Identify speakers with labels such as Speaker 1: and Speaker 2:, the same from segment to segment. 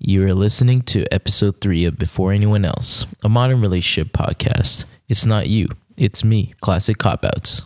Speaker 1: You are listening to episode three of Before Anyone Else, a modern relationship podcast. It's not you, it's me, Classic Cop Outs.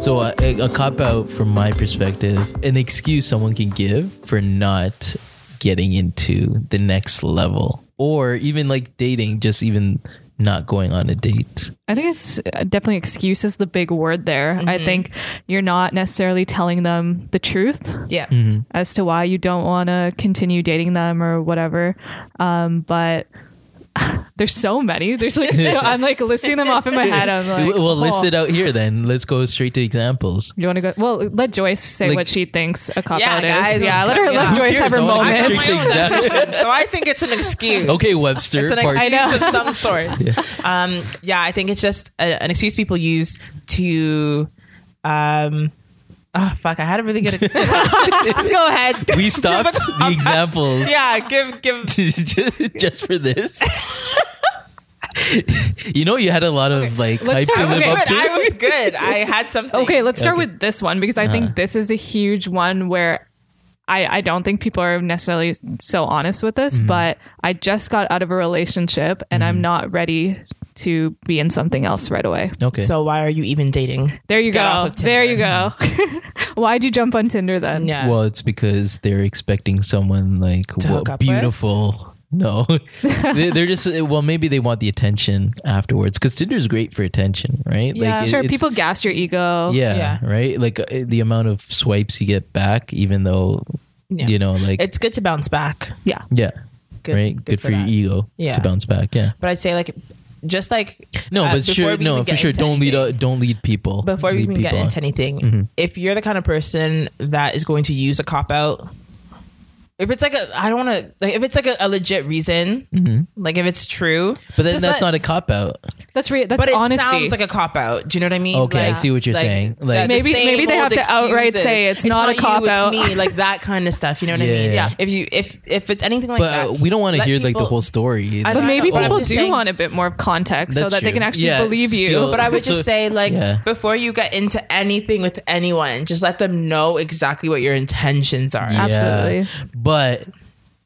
Speaker 1: So, uh, a, a cop out from my perspective, an excuse someone can give for not getting into the next level, or even like dating, just even not going on a date.
Speaker 2: I think it's uh, definitely excuse is the big word there.
Speaker 3: Mm-hmm.
Speaker 2: I think you're not necessarily telling them the truth
Speaker 3: Yeah.
Speaker 1: Mm-hmm.
Speaker 2: as to why you don't want to continue dating them or whatever. Um, but there's so many. There's like so, I'm like listing them off in my head. I'm like,
Speaker 1: well, list
Speaker 2: oh.
Speaker 1: it out here then. Let's go straight to examples.
Speaker 2: You want to go? Well, let Joyce say
Speaker 1: Like-
Speaker 2: what she thinks a cop
Speaker 3: Yeah,
Speaker 2: out
Speaker 3: guys,
Speaker 2: is. Yeah,
Speaker 3: let's
Speaker 2: let
Speaker 3: go-
Speaker 2: her
Speaker 3: yeah.
Speaker 2: let Joyce
Speaker 1: Who
Speaker 2: have her
Speaker 1: cares? I wanna
Speaker 3: I have
Speaker 2: moment.
Speaker 1: It's
Speaker 3: my own
Speaker 1: exactly-
Speaker 3: definition, so I think it's an excuse.
Speaker 1: Okay, Webster.
Speaker 3: It's an
Speaker 1: Park-
Speaker 3: excuse
Speaker 2: know.
Speaker 3: of some sort. um, yeah, I think it's just a, an excuse people use to. Um, oh fuck! I had a really good. Excuse. just go ahead.
Speaker 1: we stopped the examples
Speaker 3: yeah, give give.
Speaker 1: just, just for this. you know, you had a lot of like hype
Speaker 2: let's
Speaker 1: to
Speaker 2: talk-
Speaker 1: live
Speaker 2: okay,
Speaker 1: up
Speaker 3: But
Speaker 1: to.
Speaker 3: I was good. I had something.
Speaker 2: Okay, let's start
Speaker 1: Okay. Uh-huh.
Speaker 2: with this one because I think this is a huge one where I, I don't think people are necessarily so honest with this,
Speaker 1: Mm-hmm.
Speaker 2: but I just got out of a relationship and I'm not ready to be in something else right away.
Speaker 1: Okay.
Speaker 3: So why are you even dating?
Speaker 2: There you
Speaker 3: Get
Speaker 2: go.
Speaker 3: off of
Speaker 2: there you go. Why'd you jump on Tinder then?
Speaker 3: Yeah.
Speaker 1: well, it's because they're expecting someone like
Speaker 3: hook
Speaker 1: what,
Speaker 3: up with?
Speaker 1: beautiful. No, They- they're just eh, well. Maybe they want the attention afterwards because Tinder's great for attention, right?
Speaker 2: Yeah,
Speaker 1: it-
Speaker 2: sure.
Speaker 1: it's-
Speaker 2: People gas your ego.
Speaker 1: Yeah,
Speaker 3: Yeah.
Speaker 1: right. Like uh, the amount of swipes you get back, even though
Speaker 3: Yeah.
Speaker 1: you know, like
Speaker 3: it's good to bounce back.
Speaker 2: Yeah.
Speaker 1: yeah,
Speaker 3: Good-
Speaker 1: right.
Speaker 3: good
Speaker 1: Good, for,
Speaker 3: for
Speaker 1: your
Speaker 3: that.
Speaker 1: ego
Speaker 3: Yeah.
Speaker 1: to bounce back. Yeah.
Speaker 3: But I'd say like, just like
Speaker 1: No,
Speaker 3: uh,
Speaker 1: but
Speaker 3: before
Speaker 1: sure.
Speaker 3: we
Speaker 1: No,
Speaker 3: even
Speaker 1: for
Speaker 3: get
Speaker 1: sure.
Speaker 3: into
Speaker 1: Don't lead.
Speaker 3: anything-
Speaker 1: Uh, don't lead people.
Speaker 3: before we
Speaker 1: Lead
Speaker 3: even get
Speaker 1: people on.
Speaker 3: into anything,
Speaker 1: Mm-hmm.
Speaker 3: if you're the kind of person that is going to use a cop out, if it's like a, I don't want to, like if it's like a, a legit reason, like if it's true,
Speaker 1: Mm-hmm. But then
Speaker 3: just
Speaker 1: that's
Speaker 3: let- Oh
Speaker 1: not a cop out.
Speaker 2: That's re- that's
Speaker 3: But it
Speaker 2: honesty.
Speaker 3: sounds like a cop out. Do you know what I mean?
Speaker 1: Okay, I see what you're saying. Like-
Speaker 3: the
Speaker 2: Maybe-
Speaker 3: same
Speaker 2: maybe they
Speaker 3: old
Speaker 2: have to outright say it's not a
Speaker 3: you,
Speaker 2: cop-out.
Speaker 3: It's me, like that kind of stuff. You know what
Speaker 1: Yeah.
Speaker 3: I mean?
Speaker 1: Yeah.
Speaker 3: If you if if it's anything like
Speaker 1: But
Speaker 3: that,
Speaker 1: uh, we don't want to
Speaker 3: let
Speaker 1: hear like the
Speaker 3: people-
Speaker 1: whole story.
Speaker 3: I
Speaker 2: but
Speaker 3: don't
Speaker 2: maybe
Speaker 3: know, but I'm
Speaker 2: people do
Speaker 3: just saying-
Speaker 2: want a bit more context so
Speaker 1: That's
Speaker 2: that they
Speaker 1: true.
Speaker 2: can actually
Speaker 1: Yeah,
Speaker 2: believe you.
Speaker 1: feel-
Speaker 3: But I would just
Speaker 1: So-
Speaker 3: say, like,
Speaker 1: yeah.
Speaker 3: before you get into anything with anyone, just let them know exactly what your intentions are.
Speaker 2: Yeah. Absolutely.
Speaker 1: But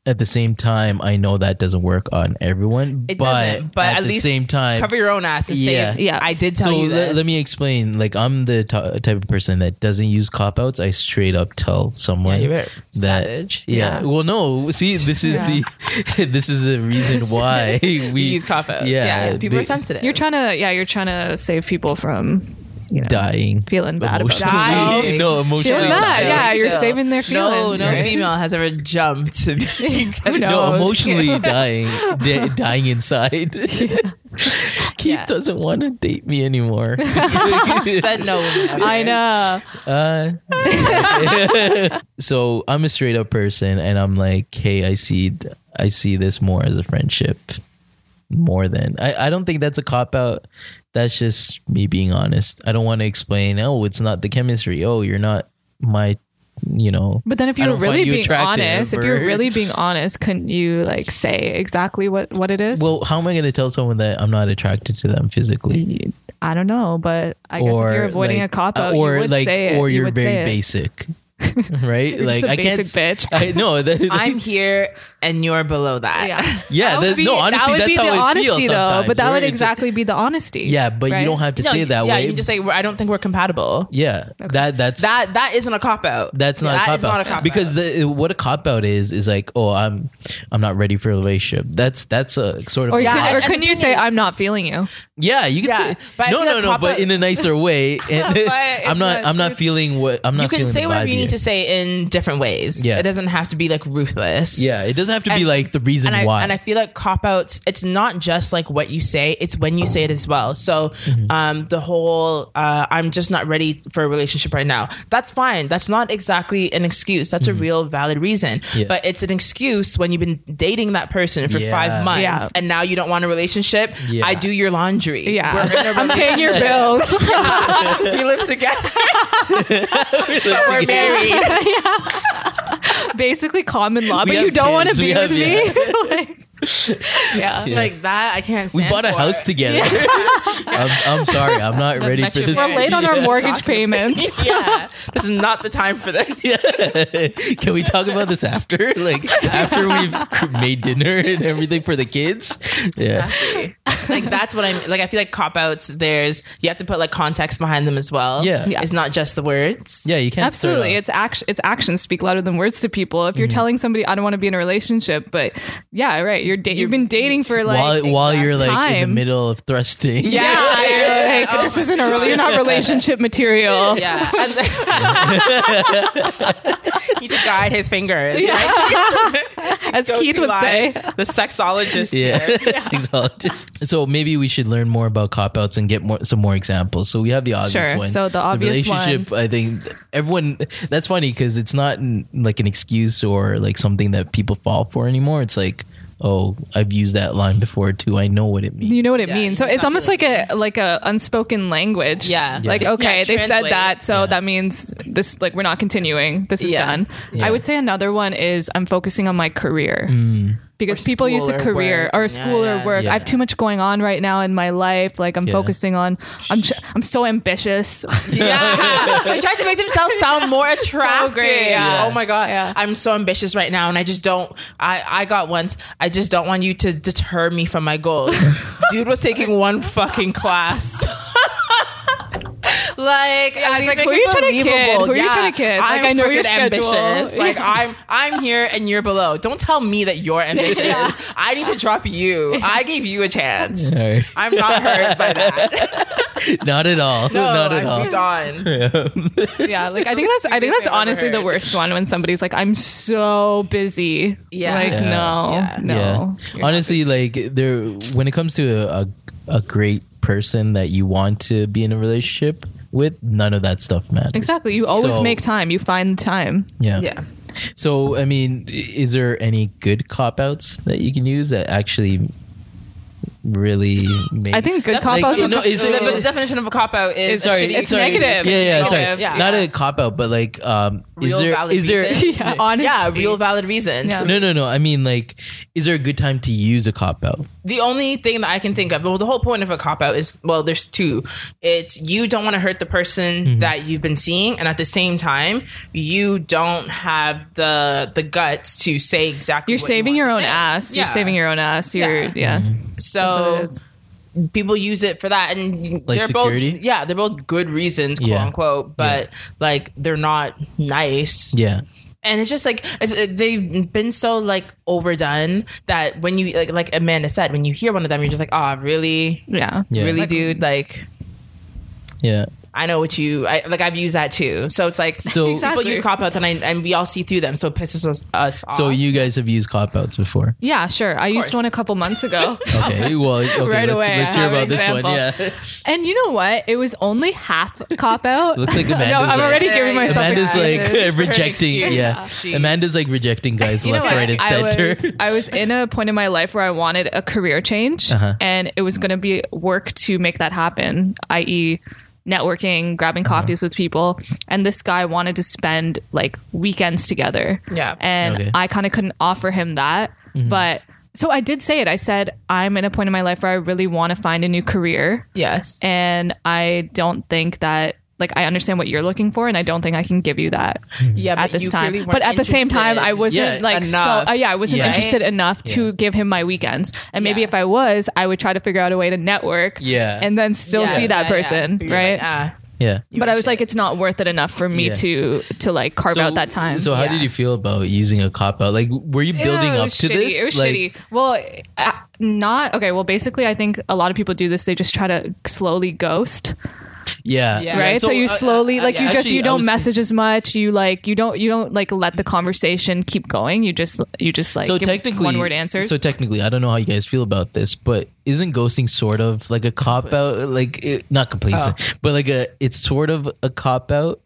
Speaker 1: at the same time, I know that doesn't work on everyone.
Speaker 3: It
Speaker 1: but
Speaker 3: doesn't, but
Speaker 1: at,
Speaker 3: at
Speaker 1: the
Speaker 3: least
Speaker 1: same time,
Speaker 3: cover your own ass and
Speaker 1: Yeah.
Speaker 3: say,
Speaker 2: Yeah.
Speaker 3: "I did tell
Speaker 1: so
Speaker 3: you
Speaker 1: le-
Speaker 3: this."
Speaker 1: let me explain. Like I'm the t- type of person that doesn't use cop outs. I straight up tell someone
Speaker 3: Yeah, you're a
Speaker 1: that
Speaker 3: savage.
Speaker 1: Yeah.
Speaker 2: Yeah.
Speaker 1: Well, no. See, this is the this is the reason why we,
Speaker 3: We use cop outs. Yeah,
Speaker 1: be-
Speaker 3: people are sensitive.
Speaker 2: You're trying to yeah, you're trying to save people from you know
Speaker 1: dying,
Speaker 2: feeling bad about
Speaker 1: emotionally.
Speaker 3: themselves.
Speaker 1: no, emotionally.
Speaker 2: Feeling bad,
Speaker 1: dying.
Speaker 2: yeah, you're saving their feelings,
Speaker 3: No, no
Speaker 2: right?
Speaker 3: female has ever jumped.
Speaker 2: Who knows?
Speaker 1: No, emotionally dying, di- dying inside. Keith
Speaker 2: Yeah.
Speaker 1: doesn't want to date me anymore.
Speaker 3: said no.
Speaker 2: I know.
Speaker 1: Uh, so I'm a straight up person, and I'm like, hey, I see, I see this more as a friendship, more than I. I don't think that's a cop out. That's just me being honest. I don't want to explain. Oh, it's not the chemistry. Oh, you're not my, you know.
Speaker 2: But then if
Speaker 1: I
Speaker 2: you were
Speaker 1: don't find
Speaker 2: really
Speaker 1: you
Speaker 2: being
Speaker 1: attractive
Speaker 2: honest, if you're
Speaker 1: or-
Speaker 2: really being honest, couldn't you like say exactly what what it is?
Speaker 1: Well, how am I going to tell someone that I'm not attracted to them physically?
Speaker 2: You- I don't know, but I guess if you're avoiding
Speaker 1: like,
Speaker 2: a cop out,
Speaker 1: uh,
Speaker 2: you would
Speaker 1: like,
Speaker 2: say it.
Speaker 1: or
Speaker 2: you
Speaker 1: you're
Speaker 2: would
Speaker 1: very
Speaker 2: say it.
Speaker 1: basic, right?
Speaker 2: You're
Speaker 1: like
Speaker 2: just a
Speaker 1: I can't.
Speaker 2: basic bitch.
Speaker 1: I know. That,
Speaker 3: I'm here and you're below that.
Speaker 2: Yeah,
Speaker 1: Yeah,
Speaker 2: That would
Speaker 1: that-
Speaker 2: be-
Speaker 1: no, honestly,
Speaker 2: that would
Speaker 1: that's
Speaker 2: be
Speaker 1: how
Speaker 2: the
Speaker 1: I feel
Speaker 2: honesty, though.
Speaker 1: sometimes,
Speaker 2: But that
Speaker 1: where
Speaker 2: would
Speaker 1: it's-
Speaker 2: exactly be the honesty.
Speaker 1: yeah, but
Speaker 2: right?
Speaker 1: you don't have to
Speaker 3: No,
Speaker 1: say it that
Speaker 3: yeah,
Speaker 1: way.
Speaker 3: you can just say, "We're- "I don't think we're compatible."
Speaker 1: yeah, that that's
Speaker 3: That that isn't a cop out.
Speaker 1: that's not,
Speaker 3: that
Speaker 1: a
Speaker 3: is
Speaker 1: cop out.
Speaker 3: not a cop
Speaker 1: because
Speaker 3: out.
Speaker 1: the, what a cop out is is like, oh, I'm I'm not ready for a relationship. That's that's a sort of
Speaker 2: Or,
Speaker 1: a
Speaker 2: you
Speaker 3: Yeah,
Speaker 2: could-
Speaker 3: and-
Speaker 2: or
Speaker 3: and the
Speaker 2: couldn't you
Speaker 3: thing
Speaker 2: say,
Speaker 3: is-
Speaker 2: "I'm not feeling you"?
Speaker 1: Yeah, you can
Speaker 3: Yeah,
Speaker 1: say
Speaker 3: but I
Speaker 1: no,
Speaker 3: think
Speaker 1: no,
Speaker 3: a
Speaker 1: no, but
Speaker 3: cop-out-
Speaker 1: in a nicer way. And
Speaker 2: But
Speaker 1: I'm
Speaker 2: it's
Speaker 1: not,
Speaker 2: not
Speaker 1: I'm
Speaker 2: true.
Speaker 1: not feeling what I'm not.
Speaker 3: you can
Speaker 1: feeling
Speaker 3: say
Speaker 1: the
Speaker 3: whatever
Speaker 1: vibe
Speaker 3: you need
Speaker 1: here.
Speaker 3: to say in different ways.
Speaker 1: Yeah.
Speaker 3: It doesn't have to be like ruthless.
Speaker 1: Yeah, it doesn't have to be
Speaker 3: And-
Speaker 1: like the reason
Speaker 3: and I,
Speaker 1: why.
Speaker 3: And I feel like cop outs, it's not just like what you say, it's when you say it as well. So
Speaker 1: Mm-hmm.
Speaker 3: um, the whole, uh, I'm just not ready for a relationship right now. That's fine. That's not exactly an excuse. That's a real valid reason.
Speaker 1: Mm-hmm. Yeah.
Speaker 3: But it's an excuse when you've been dating that person for
Speaker 1: Yeah.
Speaker 3: five months
Speaker 2: Yeah.
Speaker 3: and now you don't want a relationship.
Speaker 1: Yeah.
Speaker 3: I do your laundry.
Speaker 2: Yeah,
Speaker 3: We're in a
Speaker 2: I'm paying your bills.
Speaker 3: relationship. we live together.
Speaker 1: We're
Speaker 3: We're married.
Speaker 2: Basically, common law,
Speaker 1: We
Speaker 2: but
Speaker 1: have
Speaker 2: you don't want to
Speaker 1: kids, we
Speaker 2: be
Speaker 1: have-
Speaker 2: with me. Like- Yeah.
Speaker 3: Like that, I can't.
Speaker 1: We
Speaker 3: stand
Speaker 1: bought a
Speaker 3: for.
Speaker 1: house together. I'm, I'm sorry, I'm not ready for
Speaker 3: Metro-
Speaker 1: this.
Speaker 2: We're late on our mortgage payments.
Speaker 3: yeah, this is not the time for this.
Speaker 1: Can we talk about this after? Like after we've cr- made dinner and everything for the kids? Yeah.
Speaker 3: like that's what I'm like. I feel like cop outs. There's you have to put like context behind them as well.
Speaker 1: Yeah. Yeah.
Speaker 3: it's not just the words.
Speaker 1: Yeah, you can't start
Speaker 2: Absolutely.
Speaker 1: off-
Speaker 2: It's action it's actions speak louder than words to people. If
Speaker 3: Mm.
Speaker 2: you're telling somebody I don't want to be in a relationship, but yeah, right. You're da- you've been dating for like
Speaker 1: while while you're like in the
Speaker 2: time.
Speaker 1: middle of thrusting.
Speaker 2: Yeah,
Speaker 3: Yeah,
Speaker 2: you're like
Speaker 3: yeah.
Speaker 2: this isn't a really you're not relationship material.
Speaker 3: Yeah, and need to guide his fingers.
Speaker 2: Yeah.
Speaker 3: right?
Speaker 2: As
Speaker 3: Go
Speaker 2: Keith
Speaker 3: to
Speaker 2: would
Speaker 3: lie.
Speaker 2: say.
Speaker 3: the sexologist.
Speaker 1: Yeah,
Speaker 3: here.
Speaker 1: sexologist. So maybe we should learn more about cop outs and get more some more examples. So we have the obvious
Speaker 2: Sure.
Speaker 1: one.
Speaker 2: So the obvious
Speaker 1: relationship. I think everyone. That's funny because it's not n- like an excuse or like something that people fall for anymore. It's like, oh, I've used that line before too. I know what it means.
Speaker 2: You know what it
Speaker 3: Yeah,
Speaker 2: means. So it's almost like a like a unspoken language.
Speaker 3: Yeah.
Speaker 1: Yeah.
Speaker 2: Like okay,
Speaker 3: Yeah,
Speaker 2: they said
Speaker 3: translate.
Speaker 2: that, so
Speaker 1: Yeah.
Speaker 2: that means this. Like we're not continuing. This is
Speaker 3: Yeah.
Speaker 2: done.
Speaker 1: Yeah.
Speaker 2: I would say another one is I'm focusing on my career because
Speaker 3: Or
Speaker 2: people use the
Speaker 3: school or
Speaker 2: career
Speaker 3: work.
Speaker 2: or
Speaker 3: Yeah,
Speaker 2: school
Speaker 3: yeah.
Speaker 2: or work. I
Speaker 1: Mm. Yeah.
Speaker 2: have too much going on right now in my life. Like I'm
Speaker 1: Yeah.
Speaker 2: focusing on. I'm ch- I'm so ambitious.
Speaker 3: Yeah, they tried to make themselves sound more attractive.
Speaker 2: great, yeah.
Speaker 3: Oh my god,
Speaker 2: Yeah.
Speaker 3: I'm so ambitious right now, and I just don't. I I got once. I just don't want you to deter me from my goals. Dude was taking one fucking class. Like, at
Speaker 2: I was like,
Speaker 3: least make
Speaker 2: who are
Speaker 3: it
Speaker 2: you trying to kid?
Speaker 3: believable.
Speaker 2: Who are you
Speaker 3: Yeah.
Speaker 2: trying to kid? Like,
Speaker 3: I'm
Speaker 2: I know your
Speaker 3: freaking
Speaker 2: schedule.
Speaker 3: ambitious. Like, I'm I'm here and you're below. Don't tell me that you're ambitious.
Speaker 2: Yeah.
Speaker 3: I need to drop you. I gave you a chance.
Speaker 1: All right.
Speaker 3: I'm not hurt by that.
Speaker 1: Not at all.
Speaker 3: No,
Speaker 1: Not at
Speaker 3: I'm
Speaker 1: all.
Speaker 3: done.
Speaker 2: yeah. Like I think that's I think that's
Speaker 3: Stupidest thing I've ever
Speaker 2: honestly the
Speaker 3: heard.
Speaker 2: worst one when somebody's like I'm so busy.
Speaker 3: Yeah.
Speaker 2: Like
Speaker 1: Yeah.
Speaker 2: no,
Speaker 3: Yeah.
Speaker 2: no. You're
Speaker 1: Yeah.
Speaker 2: not
Speaker 1: Honestly, like there when it comes to a, a a great person that you want to be in a relationship with, none of that stuff matters.
Speaker 2: Exactly. You always
Speaker 1: So-
Speaker 2: make time. You find time.
Speaker 1: Yeah.
Speaker 3: Yeah.
Speaker 1: So I mean, i- is there any good cop outs that you can use that actually really make
Speaker 2: I think good
Speaker 3: Def-
Speaker 2: cop
Speaker 1: like,
Speaker 2: outs
Speaker 1: you
Speaker 2: are
Speaker 1: know,
Speaker 2: just
Speaker 1: is it-
Speaker 3: but the definition of a cop out is
Speaker 2: It's-
Speaker 3: a
Speaker 1: sorry,
Speaker 3: shitty-
Speaker 2: it's
Speaker 3: shitty
Speaker 2: negative.
Speaker 1: Yeah, yeah,
Speaker 2: It's
Speaker 1: sorry.
Speaker 2: negative.
Speaker 3: Yeah.
Speaker 1: Not a cop out, but like um
Speaker 3: Real
Speaker 1: is there
Speaker 3: valid
Speaker 1: is there
Speaker 3: reason.
Speaker 2: yeah, honestly.
Speaker 3: Yeah, real valid reasons.
Speaker 2: Yeah.
Speaker 1: No, no, no. I mean like is there a good time to use a cop out?
Speaker 3: The only thing that I can think of, well, the whole point of a cop out is, well, there's two. It's you don't want to hurt the person
Speaker 2: Mm-hmm.
Speaker 3: that you've been seeing, and at the same time, you don't have the the guts to say exactly.
Speaker 2: You're
Speaker 3: what you
Speaker 2: saving
Speaker 3: want
Speaker 2: your
Speaker 3: to
Speaker 2: own
Speaker 3: say.
Speaker 2: ass.
Speaker 3: Yeah.
Speaker 2: You're saving your own ass. You're
Speaker 3: Yeah.
Speaker 2: yeah. That's what
Speaker 3: So
Speaker 2: it is.
Speaker 3: people use it for that, and
Speaker 1: Like
Speaker 3: they're
Speaker 1: security?
Speaker 3: both yeah, they're both good reasons, quote
Speaker 1: Yeah.
Speaker 3: unquote, but like they're not nice.
Speaker 1: Yeah.
Speaker 3: and it's just like it's, uh, they've been so like overdone that when you like, like Amanda said, when you hear one of them, you're just like, oh, really,
Speaker 2: yeah.
Speaker 1: Yeah.
Speaker 3: really,
Speaker 2: Like-
Speaker 3: dude, like.
Speaker 1: Yeah.
Speaker 3: I know what you I, like. I've used that too. So it's like
Speaker 1: So
Speaker 2: Exactly.
Speaker 3: people use cop outs, and I, and we all see through them. So it pisses us, us off.
Speaker 1: so you guys have used cop outs before.
Speaker 2: Yeah, sure. I used
Speaker 3: course.
Speaker 2: one a couple months ago.
Speaker 1: Okay. Well, okay,
Speaker 2: Right
Speaker 1: let's,
Speaker 2: away, I
Speaker 1: let's hear
Speaker 2: have an
Speaker 1: about this one.
Speaker 2: example.
Speaker 1: Yeah.
Speaker 2: and you know what? It was only half cop out.
Speaker 1: Looks like Amanda's
Speaker 2: no, I'm
Speaker 1: like-
Speaker 2: already giving
Speaker 3: Yeah,
Speaker 2: myself
Speaker 1: Amanda's
Speaker 2: excuses.
Speaker 1: like
Speaker 3: her
Speaker 1: rejecting.
Speaker 3: excuse.
Speaker 1: Yeah,
Speaker 3: Jeez.
Speaker 1: Amanda's like rejecting guys
Speaker 2: You know
Speaker 1: left,
Speaker 2: what?
Speaker 1: right, and
Speaker 2: I
Speaker 1: center.
Speaker 2: Was, I was in a point in my life where I wanted a career change,
Speaker 1: Uh-huh.
Speaker 2: and it was going to be work to make that happen, i.e., networking, grabbing
Speaker 1: Uh-huh.
Speaker 2: coffees with people. And this guy wanted to spend like weekends together.
Speaker 3: Yeah.
Speaker 2: And
Speaker 1: Okay.
Speaker 2: I kind of couldn't offer him that.
Speaker 3: Mm-hmm.
Speaker 2: But so I did say it. I said, I'm in a point in my life where I really want to find a new career
Speaker 3: yes,
Speaker 2: and I don't think that like I understand what you're looking for, and I don't think I can give you that
Speaker 3: yeah.
Speaker 2: at
Speaker 3: but
Speaker 2: this
Speaker 3: you
Speaker 2: time.
Speaker 3: clearly weren't
Speaker 2: But at the same time, I
Speaker 3: interested.
Speaker 2: wasn't
Speaker 1: Mm-hmm. Yeah,
Speaker 2: like
Speaker 3: enough.
Speaker 2: so. Uh, yeah, I wasn't
Speaker 1: Yeah.
Speaker 2: interested enough to
Speaker 1: Yeah.
Speaker 2: give him my weekends. And maybe
Speaker 3: Yeah.
Speaker 2: if I was, I would try to figure out a way to network.
Speaker 1: Yeah.
Speaker 2: and then still
Speaker 3: Yeah,
Speaker 2: see that
Speaker 3: yeah, yeah.
Speaker 2: person,
Speaker 3: But you're
Speaker 2: right?
Speaker 3: like, ah,
Speaker 1: yeah.
Speaker 3: you
Speaker 2: but
Speaker 3: were
Speaker 2: I was
Speaker 3: shit.
Speaker 2: like, it's not worth it enough for me
Speaker 1: Yeah.
Speaker 2: to to like carve out that time.
Speaker 1: So how
Speaker 3: Yeah.
Speaker 1: did you feel about using a cop out? Like, were you building
Speaker 2: Yeah, it
Speaker 1: up
Speaker 2: was
Speaker 1: to
Speaker 2: shitty.
Speaker 1: this?
Speaker 2: It was
Speaker 1: like,
Speaker 2: shitty. Well, uh, not okay. Well, basically, I think a lot of people do this. They just try to slowly ghost.
Speaker 1: Yeah.
Speaker 3: Yeah.
Speaker 2: right so, you
Speaker 1: uh,
Speaker 2: slowly
Speaker 1: uh,
Speaker 2: like
Speaker 1: yeah,
Speaker 2: you just
Speaker 1: actually,
Speaker 2: you
Speaker 1: I
Speaker 2: don't
Speaker 1: was-
Speaker 2: message as much you like you don't you don't like let the conversation keep going you just you just like
Speaker 1: so
Speaker 2: give
Speaker 1: technically,
Speaker 2: one word answers
Speaker 1: So technically, I don't know how you guys feel about this, but isn't ghosting sort of like a cop out? Like, it, not complacent, but like a it's sort of a cop out.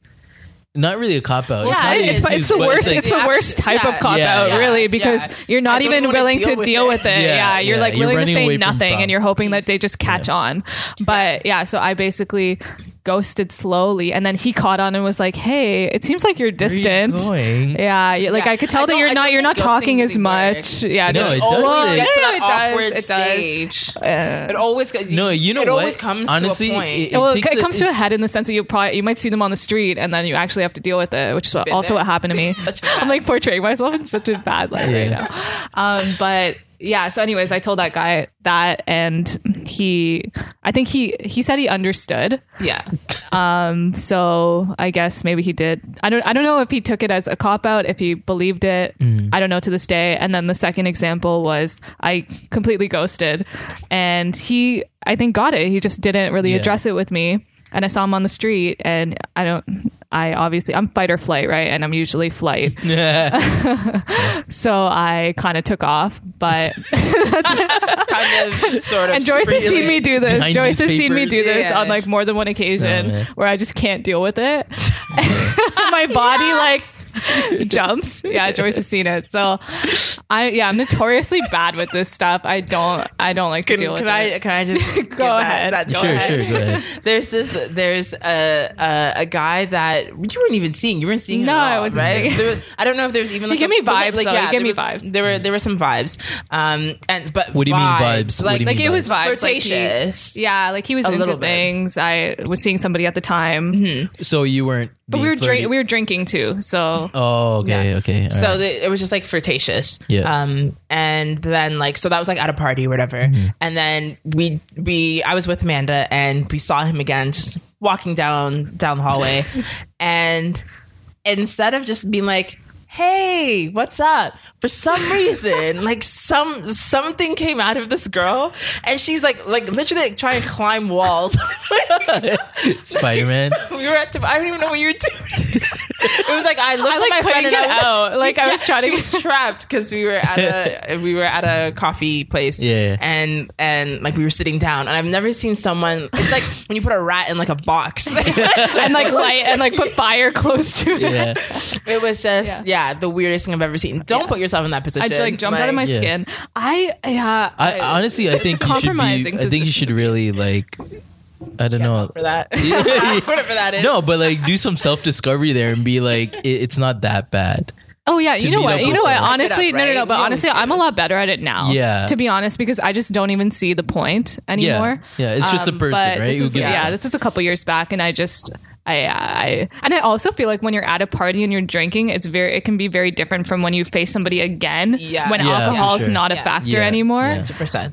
Speaker 1: Not really a cop out.
Speaker 3: Yeah,
Speaker 1: not
Speaker 3: it
Speaker 1: an
Speaker 2: it's,
Speaker 3: is,
Speaker 2: it's the
Speaker 1: excuse, but
Speaker 2: worst.
Speaker 1: like-
Speaker 2: It's the worst type of
Speaker 3: Yeah,
Speaker 2: cop out,
Speaker 1: yeah,
Speaker 2: really,
Speaker 3: yeah.
Speaker 2: because you're
Speaker 3: I
Speaker 2: not
Speaker 3: don't
Speaker 2: even
Speaker 3: wanna
Speaker 2: willing
Speaker 3: deal
Speaker 2: to
Speaker 3: with
Speaker 2: deal
Speaker 3: it.
Speaker 2: with it.
Speaker 1: Yeah,
Speaker 2: Yeah, you're
Speaker 1: yeah.
Speaker 2: like
Speaker 1: You're
Speaker 2: willing to
Speaker 1: running away
Speaker 2: say
Speaker 1: from
Speaker 2: nothing, and you're hoping that they just catch on. But yeah, so I basically ghosted slowly, and then he caught on and was like, "Hey, it seems like you're distant."
Speaker 1: going?
Speaker 2: Yeah, you like
Speaker 3: Yeah.
Speaker 2: I could tell
Speaker 3: I
Speaker 2: that
Speaker 3: don't-
Speaker 2: you're
Speaker 3: I
Speaker 2: not
Speaker 3: don't
Speaker 2: you're
Speaker 3: think
Speaker 2: not
Speaker 3: ghosting
Speaker 2: talking as
Speaker 3: really
Speaker 2: much.
Speaker 3: works.
Speaker 2: Yeah,
Speaker 1: No,
Speaker 2: there's
Speaker 1: it
Speaker 3: always
Speaker 1: doesn't.
Speaker 3: get to
Speaker 2: No,
Speaker 3: that
Speaker 2: it
Speaker 3: awkward
Speaker 2: does, it does.
Speaker 3: stage.
Speaker 2: Uh,
Speaker 3: It always go-
Speaker 1: No, you know
Speaker 3: it
Speaker 1: what?
Speaker 3: always comes
Speaker 1: Honestly,
Speaker 3: to a point.
Speaker 1: it-
Speaker 2: it, well, it,
Speaker 1: takes a-
Speaker 2: comes to a head in the sense that you probably you might see them on the street and then you actually have to deal with it, which is what,
Speaker 3: Been
Speaker 2: also
Speaker 3: there.
Speaker 2: what happened to me.
Speaker 3: Such a
Speaker 2: I'm
Speaker 3: bad-
Speaker 2: like portraying myself in such a bad light right
Speaker 1: Yeah.
Speaker 2: now. Um, but yeah, so anyways, I told that guy that, and he, I think he he said he understood.
Speaker 3: yeah.
Speaker 2: So I guess maybe he did. I don't I don't know if he took it as a cop out, if he believed it. I don't know to this day. And then the second example was I completely ghosted and he I think got it. He just didn't really
Speaker 1: Yeah.
Speaker 2: address it with me. And I saw him on the street and I don't I obviously I'm fight or flight, right? And I'm usually flight. So I kind of took off, but
Speaker 3: Kind of, sort of.
Speaker 2: and Joyce has
Speaker 3: freely.
Speaker 2: seen me do this.
Speaker 1: Behind
Speaker 2: Joyce has seen me do
Speaker 1: newspapers.
Speaker 2: this
Speaker 3: Yeah.
Speaker 2: on like more than one occasion
Speaker 1: Oh, man.
Speaker 2: where I just can't deal with it. My body like jumps. Yeah, Joyce has seen it. So I yeah, I'm notoriously bad with this stuff. I don't I don't like
Speaker 3: Can,
Speaker 2: to deal with
Speaker 3: can I?
Speaker 2: it.
Speaker 3: Can I just give
Speaker 2: Go ahead.
Speaker 3: That,
Speaker 2: Go
Speaker 3: that
Speaker 1: sure,
Speaker 3: story?
Speaker 1: sure, go ahead.
Speaker 3: There's this. There's a, a a guy that you weren't even seeing. You weren't seeing.
Speaker 2: No,
Speaker 3: him at
Speaker 2: I
Speaker 3: all,
Speaker 2: wasn't
Speaker 3: right?
Speaker 2: seeing.
Speaker 3: There was- I don't know if there was even. Like
Speaker 2: gave me
Speaker 3: a- was it-
Speaker 2: vibes, though. He gave
Speaker 3: there
Speaker 2: me
Speaker 3: was-
Speaker 2: vibes.
Speaker 3: There were there were some vibes. Um, and but
Speaker 1: What do you mean vibes? What
Speaker 3: Like
Speaker 1: do you
Speaker 2: like
Speaker 1: mean
Speaker 2: it was
Speaker 1: vibes?
Speaker 2: vibes. Like
Speaker 3: flirtatious.
Speaker 2: he, yeah, like he was
Speaker 3: A
Speaker 2: into
Speaker 3: little bit.
Speaker 2: things. I was seeing somebody at the time,
Speaker 1: so you weren't.
Speaker 2: but we were drink, we were drinking too. So
Speaker 1: Oh, okay,
Speaker 3: Yeah.
Speaker 1: okay. all
Speaker 3: so
Speaker 1: right.
Speaker 3: the, it was just like flirtatious.
Speaker 1: Yeah.
Speaker 3: Um, and then like so that was like at a party or whatever.
Speaker 1: Mm-hmm.
Speaker 3: And then we we I was with Amanda and we saw him again just walking down down the hallway, and instead of just being like. Hey, what's up? For some reason, like some something came out of this girl, and she's like, like literally like, trying to climb walls.
Speaker 1: Spider Man.
Speaker 3: we were at. I don't even know what you were doing. it was like I looked
Speaker 2: I
Speaker 3: at
Speaker 2: like
Speaker 3: my
Speaker 2: couldn't
Speaker 3: friend and
Speaker 2: get
Speaker 3: I was
Speaker 2: out. Like I was
Speaker 3: yeah,
Speaker 2: trying to
Speaker 3: She was trapped because we were at a we were at a coffee place.
Speaker 1: Yeah.
Speaker 3: And and like we were sitting down, and I've never seen someone. It's like when you put a rat in like a box.
Speaker 2: and like light and like put fire close to it.
Speaker 1: Yeah.
Speaker 3: it was just
Speaker 2: Yeah.
Speaker 3: yeah. the weirdest thing I've ever seen. Don't
Speaker 2: Yeah.
Speaker 3: put yourself in that
Speaker 2: I
Speaker 3: position.
Speaker 2: just like jumped out of my
Speaker 1: Yeah.
Speaker 2: skin. I yeah.
Speaker 1: I honestly, I think you should
Speaker 2: compromising
Speaker 1: be. I think you should really like. I don't know.
Speaker 3: for that.
Speaker 1: Yeah.
Speaker 3: Whatever that is.
Speaker 1: No, but like do some self discovery there and be like, it, it's not that bad.
Speaker 2: Oh yeah, you know
Speaker 1: meet up
Speaker 2: what? You
Speaker 1: with
Speaker 2: know what?
Speaker 1: someone.
Speaker 2: Honestly,
Speaker 3: Pick it up,
Speaker 2: no, no, no.
Speaker 3: right?
Speaker 2: But
Speaker 3: We
Speaker 2: honestly,
Speaker 3: always
Speaker 2: I'm a lot better at it now.
Speaker 1: Yeah.
Speaker 2: To be honest, because I just don't even see the point anymore. Um,
Speaker 1: Yeah, it's just a person,
Speaker 2: but
Speaker 1: right?
Speaker 2: This
Speaker 1: Who
Speaker 2: was,
Speaker 1: gives a
Speaker 2: yeah,
Speaker 1: fuck?
Speaker 2: this was a couple years back, and I just. I, I and I also feel like when you're at a party and you're drinking, it's very it can be very different from when you face somebody again
Speaker 3: Yeah.
Speaker 2: when
Speaker 3: Yeah,
Speaker 1: for
Speaker 2: alcohol is
Speaker 1: sure.
Speaker 2: not a
Speaker 3: Yeah.
Speaker 2: factor
Speaker 1: Yeah,
Speaker 2: anymore.
Speaker 1: yeah.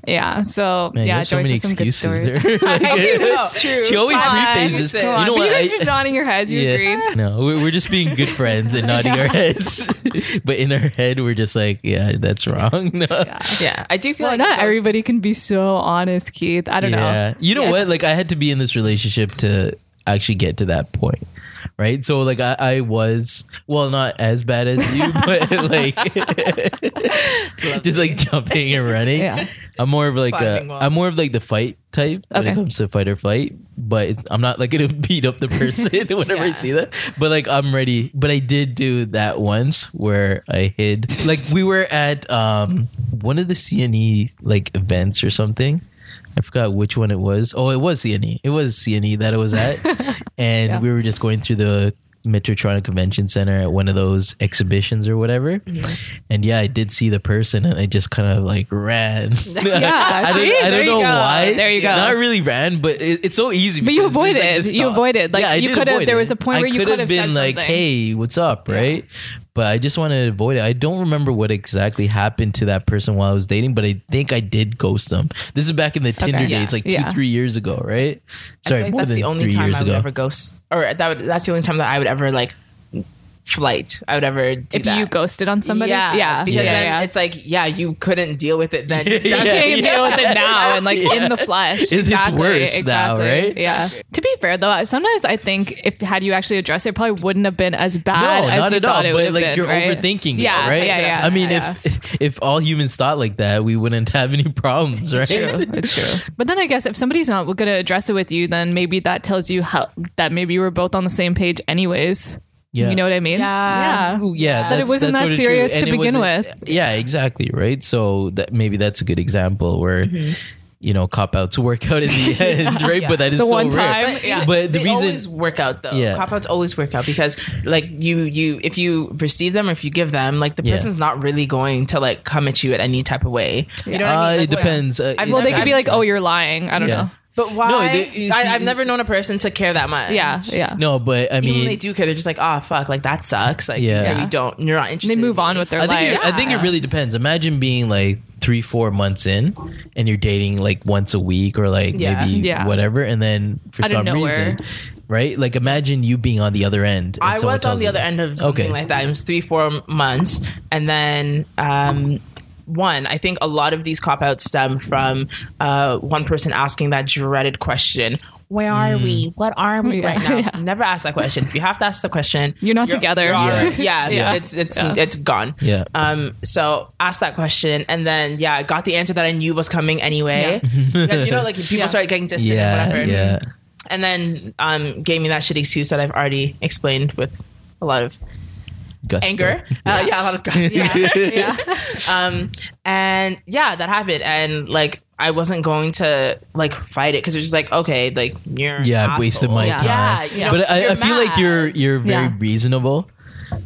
Speaker 2: Yeah,
Speaker 3: 100%.
Speaker 2: so
Speaker 1: Man, you
Speaker 2: yeah,
Speaker 1: have so
Speaker 2: Joyce
Speaker 1: many
Speaker 2: has some good
Speaker 1: excuses
Speaker 2: stories.
Speaker 1: there.
Speaker 3: it's
Speaker 2: true.
Speaker 1: She always
Speaker 2: Come on.
Speaker 1: rephrases.
Speaker 3: Come
Speaker 1: You
Speaker 2: Come on.
Speaker 1: know
Speaker 2: But
Speaker 1: what?
Speaker 2: you guys
Speaker 1: I-
Speaker 2: were nodding your heads. You agreed.
Speaker 1: No, we're, we're just being good friends and nodding our heads, but in our head we're just like, yeah, that's wrong. No. Yeah.
Speaker 3: Yeah, I do feel
Speaker 2: Well,
Speaker 3: like
Speaker 2: not
Speaker 3: though-
Speaker 2: everybody can be so honest, Keith. I don't know.
Speaker 1: You know
Speaker 2: Yeah,
Speaker 1: what?
Speaker 2: it's-
Speaker 1: Like I had to be in this relationship to actually get to that point. Right. So like I, I was well not as bad as you, but like just like jumping and running.
Speaker 2: Yeah.
Speaker 1: I'm more of like a,
Speaker 3: Climbing wall.
Speaker 1: I'm more of like the fight type when it
Speaker 2: Okay.
Speaker 1: comes to fight or flight. But it's, I'm not like gonna beat up the person whenever I
Speaker 2: Yeah.
Speaker 1: see that. But like I'm ready. But I did do that once where I hid. Like we were at um one of the CNE like events or something. I forgot which one it was. Oh, it was CNE. It was CNE that it was at, and
Speaker 2: Yeah.
Speaker 1: we were just going through the Metrotronic Convention Center at one of those exhibitions or whatever.
Speaker 2: Mm-hmm.
Speaker 1: And yeah, I did see the person, and I just kind of like ran.
Speaker 2: Yeah,
Speaker 1: I don't,
Speaker 2: see?
Speaker 1: I don't
Speaker 2: There you
Speaker 1: know
Speaker 2: go.
Speaker 1: why.
Speaker 2: There you go.
Speaker 1: Not really ran, but it, it's so easy.
Speaker 2: But you
Speaker 1: because there's,
Speaker 2: avoided.
Speaker 1: this
Speaker 2: You
Speaker 1: thought.
Speaker 2: avoided. Like,
Speaker 1: I
Speaker 2: you
Speaker 1: did
Speaker 2: could've-
Speaker 1: avoid
Speaker 2: there
Speaker 1: it.
Speaker 2: was a point
Speaker 1: I
Speaker 2: where you could've
Speaker 1: been
Speaker 2: said
Speaker 1: like,
Speaker 2: something.
Speaker 1: "Hey, what's up?" Right. But I just wanted to avoid it. I don't remember what exactly happened to that person while I was dating, but I think I did ghost them. This is back in the Tinder
Speaker 2: Yeah.
Speaker 1: days, like
Speaker 2: Yeah.
Speaker 1: two, three years ago, right?
Speaker 3: I feel
Speaker 1: Sorry,
Speaker 3: like
Speaker 1: more
Speaker 3: that's
Speaker 1: than
Speaker 3: the only
Speaker 1: three
Speaker 3: time
Speaker 1: years
Speaker 3: I would
Speaker 1: ago.
Speaker 3: ever ghost, or that would, that's the only time that I would ever like flight. I would ever do
Speaker 2: if
Speaker 3: that.
Speaker 2: you ghosted on somebody,
Speaker 3: yeah,
Speaker 2: yeah,
Speaker 3: because
Speaker 2: yeah,
Speaker 3: then
Speaker 2: yeah.
Speaker 3: it's like, yeah, you couldn't deal with it then.
Speaker 1: Yeah.
Speaker 2: you can't even deal with it now and like in the flesh.
Speaker 1: it's worse now, right?
Speaker 2: Yeah. To be fair though, sometimes I think if had you actually addressed it, it probably wouldn't have been as bad.
Speaker 1: no,
Speaker 2: as
Speaker 1: not
Speaker 2: you
Speaker 1: at all.
Speaker 2: thought It would
Speaker 1: But
Speaker 2: have
Speaker 1: like
Speaker 2: been,
Speaker 1: you're
Speaker 2: right?
Speaker 1: overthinking
Speaker 2: yeah,
Speaker 1: it, right?
Speaker 2: Yeah, yeah.
Speaker 1: I mean,
Speaker 2: yeah.
Speaker 1: if if all humans thought like that, we wouldn't have any problems, right?
Speaker 2: It's true. It's true. But then I guess if somebody's not going to address it with you, then maybe that tells you how that maybe you were both on the same page, anyways.
Speaker 1: Yeah.
Speaker 2: You know what I mean?
Speaker 3: Yeah.
Speaker 2: Yeah.
Speaker 1: Ooh, yeah,
Speaker 2: That it
Speaker 1: that's-
Speaker 2: wasn't
Speaker 1: that's
Speaker 2: that
Speaker 1: what it
Speaker 2: serious
Speaker 1: is. And
Speaker 2: to
Speaker 1: it
Speaker 2: begin Mm-hmm.
Speaker 1: wasn't- Yeah, exactly, right? So that maybe that's a good example where you know cop outs work out in the end, right? But that is
Speaker 2: The
Speaker 1: so
Speaker 2: one
Speaker 1: rare.
Speaker 2: time.
Speaker 3: But,
Speaker 2: Yeah.
Speaker 1: But the
Speaker 3: they
Speaker 1: reason-
Speaker 3: always work out though.
Speaker 1: Yeah.
Speaker 3: Cop outs always work out because like you you if you receive them or if you give them, like the
Speaker 1: Yeah.
Speaker 3: person's not really going to like come at you in any type of way. You know what I
Speaker 1: Uh,
Speaker 3: mean?
Speaker 1: it
Speaker 3: Like, what-
Speaker 1: depends. Uh,
Speaker 3: I've-
Speaker 1: it-
Speaker 2: Well, they
Speaker 3: I've-
Speaker 2: could be like, "Oh, you're lying." I don't
Speaker 1: Yeah.
Speaker 2: know.
Speaker 3: But why?
Speaker 1: they- you
Speaker 3: I,
Speaker 1: see-
Speaker 3: I've never known a person to care that much.
Speaker 2: Yeah, yeah.
Speaker 1: no, but I
Speaker 3: Even when
Speaker 1: mean,
Speaker 3: they do care, they're just like, oh fuck, like that sucks. Like
Speaker 1: Yeah.
Speaker 3: yeah. you don't you're not interested.
Speaker 2: They move
Speaker 3: in me.
Speaker 2: on with their
Speaker 1: I
Speaker 2: life.
Speaker 1: think, it, I think it really depends. Imagine being like three, four months in, and you're dating like once a week or like
Speaker 3: Yeah.
Speaker 1: maybe
Speaker 2: Yeah.
Speaker 1: whatever, and then for
Speaker 2: Out of
Speaker 1: some
Speaker 2: nowhere.
Speaker 1: reason, right? Like imagine you being on the other end. and
Speaker 3: I
Speaker 1: someone
Speaker 3: was on
Speaker 1: tells
Speaker 3: the
Speaker 1: you
Speaker 3: other
Speaker 1: that.
Speaker 3: end of something
Speaker 1: Okay.
Speaker 3: like that. It was three, four months, and then um, one. I think a lot of these cop outs stem from uh, one person asking that dreaded question. Where are we?
Speaker 1: Mm.
Speaker 3: What are we
Speaker 2: Yeah.
Speaker 3: right now?
Speaker 2: Yeah.
Speaker 3: Never ask that question. If you have to ask the question,
Speaker 2: You're not together.
Speaker 3: you're all
Speaker 2: Yeah.
Speaker 3: right. yeah.
Speaker 2: Yeah.
Speaker 3: it's it's
Speaker 2: Yeah.
Speaker 3: it's gone.
Speaker 1: Yeah.
Speaker 3: Um. So ask that question, and then yeah, I got the answer that I knew was coming anyway. because you know, like people
Speaker 2: Yeah.
Speaker 3: start getting distant
Speaker 1: Yeah,
Speaker 3: and whatever
Speaker 1: yeah.
Speaker 3: and then um, gave me that shitty excuse that I've already explained with a lot of
Speaker 1: Gusto.
Speaker 3: anger. Uh, yeah, a lot of gusto.
Speaker 2: yeah.
Speaker 3: um, and yeah, that happened. And like, I wasn't going to like fight it because it's just like, okay, like you're
Speaker 1: Yeah,
Speaker 3: an
Speaker 1: I've wasted
Speaker 3: asshole.
Speaker 1: my
Speaker 2: Yeah.
Speaker 1: time.
Speaker 3: Yeah, you know,
Speaker 1: but I,
Speaker 3: you're
Speaker 1: I feel like
Speaker 3: mad.
Speaker 1: you're you're very
Speaker 2: Yeah.
Speaker 1: reasonable.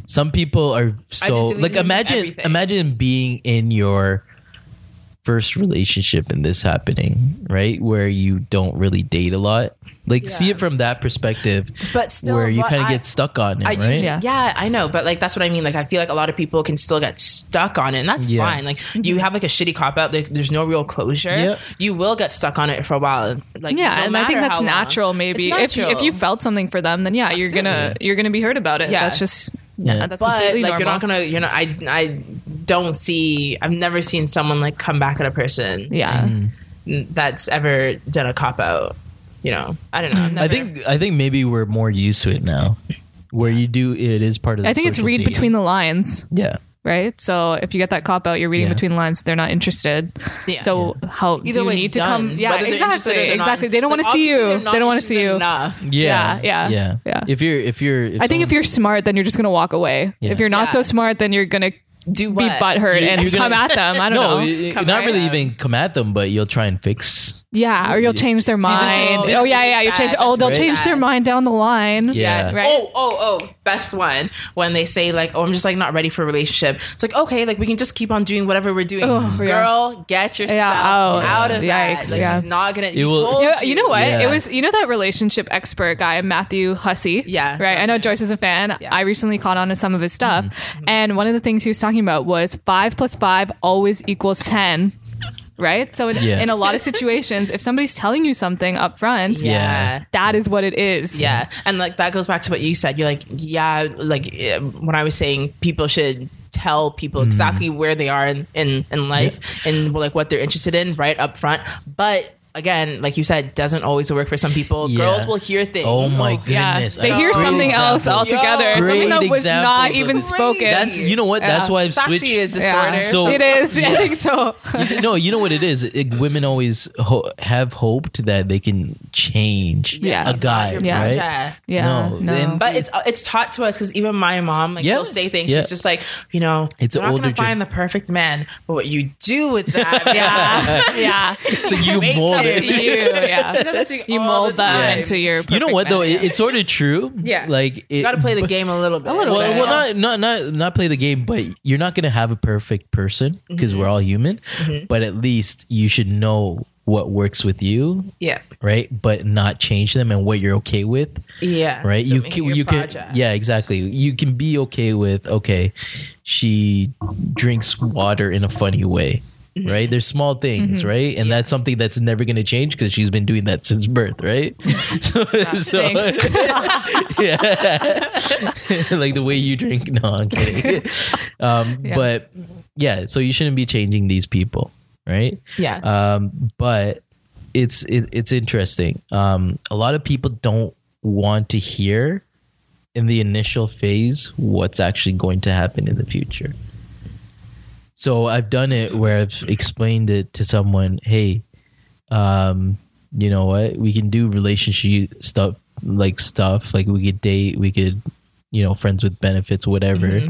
Speaker 1: Some people are so
Speaker 3: deleted
Speaker 1: like imagine
Speaker 3: everything.
Speaker 1: imagine being in your first relationship and this happening, right? Where you don't really date a lot. Like see
Speaker 3: Yeah.
Speaker 1: it from that perspective
Speaker 3: But still,
Speaker 1: where you
Speaker 3: what
Speaker 1: kind of
Speaker 3: I-
Speaker 1: get stuck on it,
Speaker 3: I
Speaker 1: right?
Speaker 3: usually-
Speaker 2: Yeah.
Speaker 3: yeah. I know, but like that's what I mean. Like I feel like a lot of people can still get stuck on it, and that's
Speaker 1: Yeah.
Speaker 3: fine. Like you have like a shitty cop out. There, there's no real closure.
Speaker 1: Yep.
Speaker 3: You will get stuck on it for a while. Like
Speaker 2: yeah,
Speaker 3: no
Speaker 2: and I think
Speaker 3: matter
Speaker 2: that's
Speaker 3: how long.
Speaker 2: natural.
Speaker 3: It's
Speaker 2: Maybe
Speaker 3: natural.
Speaker 2: if if you felt something for them, then yeah, you're gonna you're gonna be hurt about it.
Speaker 3: Yeah.
Speaker 2: That's just
Speaker 1: Yeah.
Speaker 2: yeah. that's
Speaker 3: but like
Speaker 2: completely
Speaker 3: you're not
Speaker 2: normal.
Speaker 3: gonna you know I I don't see I've never seen someone like come back at a person
Speaker 1: Mm.
Speaker 2: yeah,
Speaker 3: that's ever done a cop out. You know I don't know. I've
Speaker 1: I
Speaker 3: never-
Speaker 1: think I think maybe we're more used to it now. Where you do it is part of the
Speaker 2: I think it's
Speaker 1: social
Speaker 2: read
Speaker 1: dating.
Speaker 2: between the lines,
Speaker 1: Yeah.
Speaker 2: right? So if you get that cop out, you're reading
Speaker 1: Yeah.
Speaker 2: between the lines. They're not interested.
Speaker 3: Yeah.
Speaker 2: So how
Speaker 3: Either
Speaker 2: do you
Speaker 3: way, it's
Speaker 2: need to
Speaker 3: done.
Speaker 2: come? Yeah,
Speaker 3: Whether they're interested
Speaker 2: exactly,
Speaker 3: or they're not-
Speaker 2: exactly. They don't want to
Speaker 3: like,
Speaker 2: see
Speaker 3: obviously
Speaker 2: you.
Speaker 3: they're not
Speaker 2: They don't want to see
Speaker 3: interested
Speaker 2: you.
Speaker 3: enough.
Speaker 1: Yeah.
Speaker 2: Yeah, yeah,
Speaker 1: Yeah.
Speaker 2: yeah.
Speaker 1: If you're if you're
Speaker 2: I think if you're
Speaker 1: someone's-
Speaker 2: smart, then you're just gonna walk away.
Speaker 1: Yeah.
Speaker 2: If you're not
Speaker 3: Yeah.
Speaker 2: so smart, then you're gonna
Speaker 3: Do
Speaker 2: be
Speaker 3: what?
Speaker 2: butthurt
Speaker 1: You-
Speaker 2: and
Speaker 1: you're gonna-
Speaker 2: come at them. I don't
Speaker 1: no,
Speaker 2: know.
Speaker 1: you-
Speaker 3: Come
Speaker 1: not
Speaker 3: right
Speaker 1: really
Speaker 3: at 'em.
Speaker 1: even come at them, but you'll try and fix
Speaker 2: Yeah, or you'll change their mind.
Speaker 3: this is
Speaker 2: oh yeah, yeah, you
Speaker 3: sad.
Speaker 2: change. Oh,
Speaker 3: That's
Speaker 2: they'll
Speaker 3: really
Speaker 2: change
Speaker 3: sad.
Speaker 2: their mind down the line.
Speaker 1: Yeah.
Speaker 2: right.
Speaker 3: Oh, oh, oh, best one. When they say like, "Oh, I'm just like not ready for a relationship." It's like, "Okay, like we can just keep on doing whatever we're doing."
Speaker 2: Oh, yeah.
Speaker 3: Girl, get yourself
Speaker 2: oh,
Speaker 3: out of
Speaker 2: yikes,
Speaker 3: that. Like
Speaker 2: yeah.
Speaker 3: it's not going to
Speaker 1: It will-
Speaker 2: You know, you know what?
Speaker 1: Yeah.
Speaker 2: It was you know that relationship expert guy Matthew Hussey.
Speaker 3: Yeah.
Speaker 2: right. I know Joyce is a fan. I recently caught on to some of his stuff,
Speaker 1: Mm-hmm.
Speaker 2: and one of the things he was talking about was five plus five always equals ten. Right. So in,
Speaker 1: Yeah.
Speaker 2: in a lot of situations, if somebody's telling you something up front,
Speaker 1: Yeah.
Speaker 3: yeah.
Speaker 2: that is what it is.
Speaker 3: Yeah, and like that goes back to what you said. You're like, yeah, like eh, when I was saying people should tell people
Speaker 1: Mm.
Speaker 3: exactly where they are in in, in life and like what they're interested in right up front, but. Again, like you said, doesn't always work for some people.
Speaker 1: Yeah.
Speaker 3: Girls will hear things.
Speaker 1: Oh my
Speaker 2: Yeah,
Speaker 1: goodness!
Speaker 2: they
Speaker 1: I-
Speaker 2: hear
Speaker 1: great
Speaker 2: something else
Speaker 1: example.
Speaker 2: altogether.
Speaker 3: Yo.
Speaker 2: something that
Speaker 1: Great
Speaker 2: was not
Speaker 1: examples of-
Speaker 2: even
Speaker 3: Crazy.
Speaker 2: spoken.
Speaker 1: That's you know what? That's
Speaker 2: Yeah.
Speaker 1: why I've
Speaker 3: It's actually a
Speaker 1: switched.
Speaker 3: disorder.
Speaker 1: So-
Speaker 2: it is. I
Speaker 1: Yeah.
Speaker 2: think so.
Speaker 1: no, you know what it is. It, women always ho- have hoped that they can change
Speaker 2: Yeah.
Speaker 1: a guy,
Speaker 2: Yeah.
Speaker 1: right?
Speaker 3: Yeah.
Speaker 2: Yeah,
Speaker 1: No,
Speaker 2: no.
Speaker 1: and-
Speaker 3: But it's uh, it's taught to us because even my mom, like
Speaker 1: Yeah.
Speaker 3: she'll say things.
Speaker 1: Yeah.
Speaker 3: She's just like, you know,
Speaker 1: It's
Speaker 3: you're
Speaker 1: an
Speaker 3: not
Speaker 1: older
Speaker 3: gonna
Speaker 1: gen-
Speaker 3: find the perfect man, but what you do with that,
Speaker 2: yeah, yeah. It's
Speaker 1: So you
Speaker 3: Wait
Speaker 1: mold it.
Speaker 2: up to you.
Speaker 3: till
Speaker 2: Yeah, you mold that
Speaker 1: time.
Speaker 2: into your.
Speaker 1: You know
Speaker 2: perfect
Speaker 1: what though?
Speaker 2: match.
Speaker 1: It, it's sort of true.
Speaker 3: Yeah.
Speaker 1: like it,
Speaker 3: You got to play the
Speaker 1: but-
Speaker 3: game a little bit.
Speaker 2: little
Speaker 1: Well,
Speaker 2: bit.
Speaker 1: well, not not not not play the game, but you're not gonna have a perfect person because we're all human. But at least you should know what works with you,
Speaker 3: Yeah.
Speaker 1: right? But not change them and what you're okay with.
Speaker 3: Yeah.
Speaker 1: right
Speaker 3: Don't
Speaker 1: you
Speaker 3: make it
Speaker 1: can
Speaker 3: your
Speaker 1: you can
Speaker 3: project.
Speaker 1: yeah exactly you can be okay with okay she drinks water in a funny way
Speaker 3: Mm-hmm.
Speaker 1: right there's small things right and that's something that's never going to change because she's been doing that since birth right so, so- yeah like the way you drink no i'm kidding um
Speaker 2: Yeah.
Speaker 1: but yeah so you shouldn't be changing these people right
Speaker 3: Yeah.
Speaker 1: um, but it's it, it's interesting. Um, a lot of people don't want to hear in the initial phase what's actually going to happen in the future. So I've done it where I've explained it to someone, hey, um, you know what, we can do relationship stuff like stuff, like we could date, we could, you know, friends with benefits, whatever.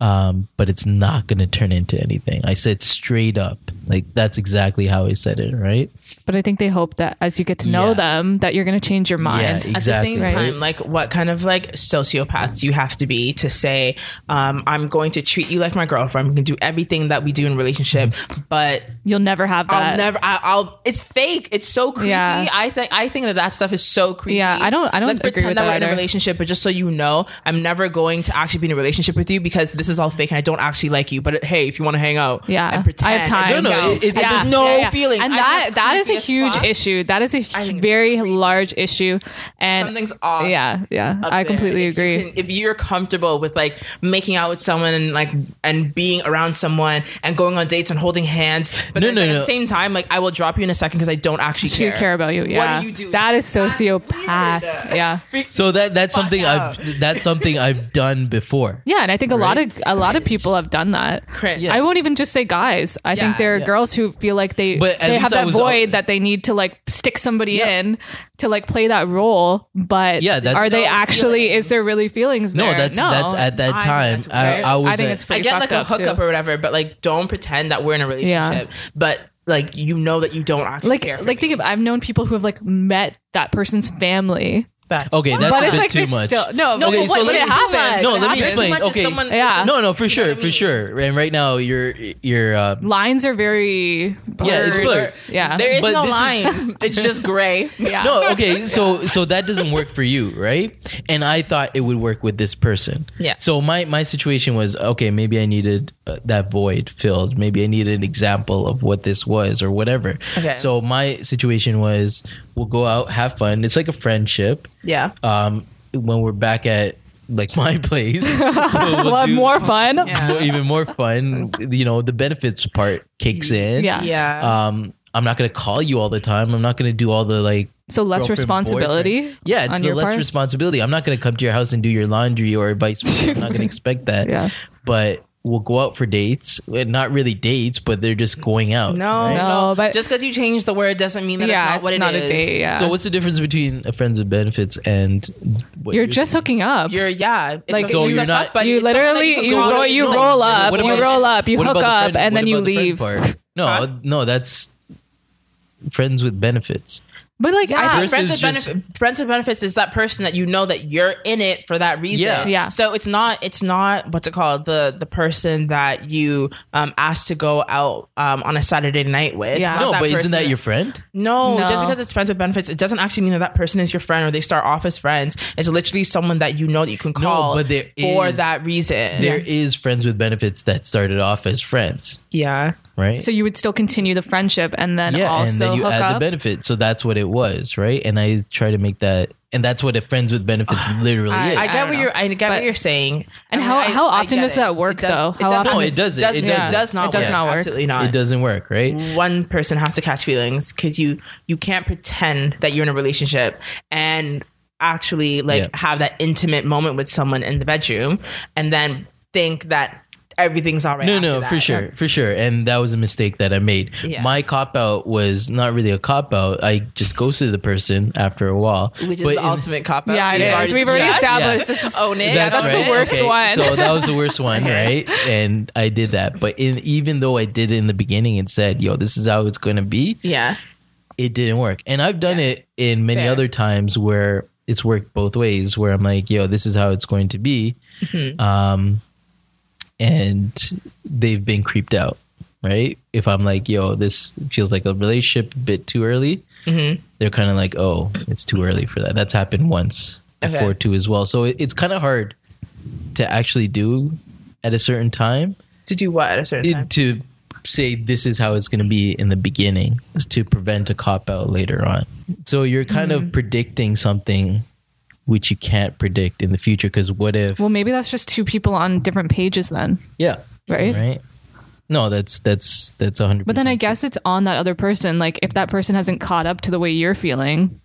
Speaker 1: Um, but it's not gonna turn into anything. I said straight up, like that's exactly how I said it, right?
Speaker 2: But I think they hope that as you get to know
Speaker 1: Yeah.
Speaker 2: them, that you're going to change your mind.
Speaker 1: Yeah,
Speaker 3: At the
Speaker 1: exactly.
Speaker 3: same
Speaker 2: Right.
Speaker 3: time, like what kind of like sociopath you have to be to say, um, I'm going to treat you like my girlfriend. We can do everything that we do in relationship,
Speaker 1: Mm-hmm.
Speaker 3: but
Speaker 2: You'll never have that.
Speaker 3: I'll never. I, I'll. It's fake. It's so creepy.
Speaker 2: Yeah.
Speaker 3: I think. I think that that stuff is so creepy.
Speaker 2: Yeah, I don't- I don't
Speaker 3: Let's
Speaker 2: agree
Speaker 3: pretend
Speaker 2: with
Speaker 3: that
Speaker 2: that
Speaker 3: we're in a
Speaker 2: either.
Speaker 3: relationship, but just so you know, I'm never going to actually be in a relationship with you because this is all fake, and I don't actually like you. But hey, if you want to hang out,
Speaker 2: yeah,
Speaker 3: and pretend,
Speaker 2: I have time.
Speaker 3: No, no,
Speaker 2: Go.
Speaker 3: it, it-
Speaker 2: Yeah,
Speaker 3: there's no
Speaker 2: yeah, yeah.
Speaker 3: feeling.
Speaker 2: and
Speaker 3: I
Speaker 2: that
Speaker 3: think
Speaker 2: that
Speaker 3: it's
Speaker 2: is a
Speaker 3: creepy as
Speaker 2: huge
Speaker 3: fuck.
Speaker 2: issue. That is a
Speaker 3: think it's
Speaker 2: very large issue, and
Speaker 3: Something's off.
Speaker 2: Yeah, yeah,
Speaker 3: up
Speaker 2: I
Speaker 3: there.
Speaker 2: completely
Speaker 3: If you
Speaker 2: agree.
Speaker 3: can- if you're comfortable with like making out with someone and like and being around someone and going on dates and holding hands, but
Speaker 1: No,
Speaker 3: then,
Speaker 1: no,
Speaker 3: like, at
Speaker 1: no.
Speaker 3: the same time, like I will drop you in a second because I don't actually
Speaker 2: Do you
Speaker 3: care.
Speaker 2: care about you? Yeah,
Speaker 3: What do you do?
Speaker 2: That is
Speaker 3: That's weird.
Speaker 2: sociopath. Yeah.
Speaker 1: So that that's
Speaker 3: Fuck
Speaker 1: something
Speaker 3: up.
Speaker 1: I've that's something I've done before.
Speaker 2: Yeah, and I think a lot of
Speaker 1: Right?
Speaker 2: a lot of people have done that.
Speaker 3: Cringe.
Speaker 2: I won't even just say guys. I
Speaker 3: Yeah.
Speaker 2: think there are
Speaker 1: Yeah.
Speaker 2: girls who feel like they
Speaker 1: But at
Speaker 2: they have
Speaker 1: least I
Speaker 2: that
Speaker 1: was-
Speaker 2: void that they need to like stick somebody in to like play that role. But
Speaker 1: Yeah, that's-
Speaker 2: are they
Speaker 3: No
Speaker 2: actually?
Speaker 3: feelings.
Speaker 2: Is there really feelings?
Speaker 1: No,
Speaker 2: there?
Speaker 1: that's
Speaker 2: no.
Speaker 1: that's at that
Speaker 3: I-
Speaker 1: time.
Speaker 3: that's
Speaker 1: I,
Speaker 3: weird.
Speaker 1: I was
Speaker 2: I think
Speaker 1: at-
Speaker 2: it's
Speaker 3: I
Speaker 2: pretty
Speaker 3: get like
Speaker 2: fucked
Speaker 3: a
Speaker 2: up, too.
Speaker 3: hookup or whatever, but like don't pretend that we're in a relationship. But like you know that you don't actually
Speaker 2: like
Speaker 3: care. for
Speaker 2: like
Speaker 3: me.
Speaker 2: think of I've known people who have like met that person's family,
Speaker 3: That's-
Speaker 1: okay, that's
Speaker 2: but
Speaker 1: a
Speaker 2: it's
Speaker 1: bit
Speaker 2: like
Speaker 1: too
Speaker 2: they're
Speaker 1: much.
Speaker 2: still no.
Speaker 3: No,
Speaker 2: but
Speaker 1: okay,
Speaker 2: it-
Speaker 1: so
Speaker 2: but
Speaker 1: let
Speaker 2: it
Speaker 1: me-
Speaker 2: happens.
Speaker 1: No,
Speaker 2: It
Speaker 1: let me
Speaker 2: happens.
Speaker 1: explain.
Speaker 3: Too much is
Speaker 1: Okay.
Speaker 3: someone-
Speaker 2: Yeah.
Speaker 1: no, no, for
Speaker 3: You know
Speaker 1: sure,
Speaker 3: what I
Speaker 1: for
Speaker 3: mean?
Speaker 1: sure. And right now, you're you're uh,
Speaker 2: Lines are very
Speaker 1: Yeah, it's blurred.
Speaker 2: Yeah.
Speaker 3: There is
Speaker 1: But
Speaker 3: no
Speaker 1: this is-
Speaker 3: line. it's just gray.
Speaker 2: yeah.
Speaker 1: no okay so so that doesn't work for you right and i thought it would work with this person
Speaker 3: Yeah.
Speaker 1: so my my situation was okay maybe i needed uh, that void filled maybe i needed an example of what this was or whatever
Speaker 3: Okay.
Speaker 1: so my situation was we'll go out have fun it's like a friendship
Speaker 3: Yeah.
Speaker 1: um when we're back at like my place we'll- we'll
Speaker 2: Well,
Speaker 1: do-
Speaker 2: more fun. Yeah.
Speaker 3: Yeah.
Speaker 1: even more fun you know the benefits part kicks in
Speaker 2: Yeah.
Speaker 3: Yeah.
Speaker 1: um i'm not gonna call you all the time i'm not gonna do all the like
Speaker 2: So less
Speaker 1: girlfriend,
Speaker 2: responsibility.
Speaker 1: boyfriend. Yeah, it's
Speaker 2: on
Speaker 1: the
Speaker 2: your
Speaker 1: less
Speaker 2: part?
Speaker 1: responsibility. I'm not going to come to your house and do your laundry or vice versa. I'm not going to expect that.
Speaker 2: Yeah.
Speaker 1: But we'll go out for dates. Eh, Not really dates, but they're just going out.
Speaker 3: No,
Speaker 1: right?
Speaker 2: No,
Speaker 3: no,
Speaker 2: but-
Speaker 3: but just because you change the word doesn't mean that
Speaker 2: yeah,
Speaker 3: it's not what
Speaker 2: it's
Speaker 3: it
Speaker 2: not a
Speaker 3: is.
Speaker 2: date. Yeah.
Speaker 1: So what's the difference between a friends with benefits and what
Speaker 2: you're just hooking up.
Speaker 3: You're yeah. It's
Speaker 2: Like,
Speaker 3: a,
Speaker 1: So
Speaker 3: it's
Speaker 1: you're
Speaker 3: a
Speaker 1: not-
Speaker 3: fuck buddy.
Speaker 2: you
Speaker 3: It's something that
Speaker 2: literally
Speaker 3: can
Speaker 2: you
Speaker 3: go
Speaker 2: roll
Speaker 3: out
Speaker 2: you
Speaker 3: with.
Speaker 2: roll up,
Speaker 1: What
Speaker 2: you
Speaker 1: about-
Speaker 2: roll up, you
Speaker 1: What
Speaker 2: hook
Speaker 1: about the
Speaker 2: up,
Speaker 1: friend-
Speaker 2: and
Speaker 1: what
Speaker 2: then you
Speaker 1: about the friend
Speaker 2: leave.
Speaker 1: part? No,
Speaker 3: Huh?
Speaker 1: no, that's friends with benefits.
Speaker 2: But like
Speaker 3: Yeah,
Speaker 2: I
Speaker 1: versus
Speaker 2: think,
Speaker 3: friends with,
Speaker 1: just-
Speaker 3: benef- friends with benefits is that person that you know that you're in it for that reason.
Speaker 1: Yeah.
Speaker 2: Yeah.
Speaker 3: So it's not it's not what's it called the the person that you um asked to go out um on a Saturday night with. It's
Speaker 2: Yeah.
Speaker 3: not
Speaker 1: No,
Speaker 3: that
Speaker 1: but isn't
Speaker 3: person
Speaker 1: that your friend?
Speaker 3: no,
Speaker 2: No.
Speaker 3: Just because it's friends with benefits, it doesn't actually mean that that person is your friend or they start off as friends. It's literally someone that you know that you can call
Speaker 1: but there
Speaker 3: for
Speaker 1: is-
Speaker 3: that reason.
Speaker 1: There is friends with benefits that started off as friends,
Speaker 3: yeah.
Speaker 1: right?
Speaker 2: so you would still continue the friendship and then
Speaker 1: yeah,
Speaker 2: also
Speaker 1: and then you
Speaker 2: hook
Speaker 1: add
Speaker 2: up.
Speaker 1: the benefit. So that's what it was, right? And I try to make that, and that's what a friends with benefits literally
Speaker 2: I-
Speaker 1: is.
Speaker 3: I get
Speaker 2: don't
Speaker 3: what
Speaker 2: know.
Speaker 3: you're. I get
Speaker 2: But-
Speaker 3: what you're saying.
Speaker 2: and
Speaker 3: I
Speaker 2: how-
Speaker 3: I-
Speaker 2: how
Speaker 3: I
Speaker 2: often
Speaker 3: get
Speaker 2: does
Speaker 3: it.
Speaker 2: that work,
Speaker 3: It does-
Speaker 2: though?
Speaker 3: It
Speaker 2: How
Speaker 3: does
Speaker 2: often-
Speaker 1: No, it doesn't.
Speaker 3: Does,
Speaker 1: It
Speaker 3: not-
Speaker 1: doesn't.
Speaker 3: does not.
Speaker 2: It does
Speaker 3: work.
Speaker 2: not work.
Speaker 3: Absolutely not.
Speaker 1: it doesn't work, right?
Speaker 3: One person has to catch feelings because you you can't pretend that you're in a relationship and actually like
Speaker 1: Yeah.
Speaker 3: have that intimate moment with someone in the bedroom and then think that everything's all right.
Speaker 1: No,
Speaker 3: after
Speaker 1: no,
Speaker 3: that.
Speaker 1: for sure, for sure. And that was a mistake that I made.
Speaker 3: Yeah.
Speaker 1: My cop out was not really a cop out. I just ghosted the person after a while.
Speaker 3: Which is
Speaker 1: But
Speaker 3: the
Speaker 1: in-
Speaker 3: ultimate cop out.
Speaker 2: Yeah, it is. We've already established this is-
Speaker 3: Own it.
Speaker 2: that's the
Speaker 1: right.
Speaker 2: worst
Speaker 1: Okay,
Speaker 2: one.
Speaker 1: So that was the worst one, right? And I did that. But in, even though I did it in the beginning and said, yo, this is how it's going to be,
Speaker 3: Yeah.
Speaker 1: it didn't work. And I've done it in many
Speaker 3: Fair.
Speaker 1: other times where it's worked both ways, where I'm like, yo, this is how it's going to be.
Speaker 3: Mm-hmm.
Speaker 1: Um, and they've been creeped out, right? If I'm like, yo, this feels like a relationship a bit too early,
Speaker 3: Mm-hmm.
Speaker 1: they're kind of like, oh, it's too early for that. That's happened once
Speaker 3: Okay.
Speaker 1: before too as well. So it, it's kind of hard to actually do at a certain time
Speaker 3: To do what at a certain time?
Speaker 1: it, to say this is how it's going to be in the beginning is to prevent a cop out later on. So you're kind
Speaker 2: Mm-hmm.
Speaker 1: of predicting something which you can't predict in the future because what if?
Speaker 2: well, maybe that's just two people on different pages then,
Speaker 1: yeah,
Speaker 2: right?
Speaker 1: right. No, that's that's that's hundred.
Speaker 2: But then I guess it's on that other person. Like if that person hasn't caught up to the way you're feeling,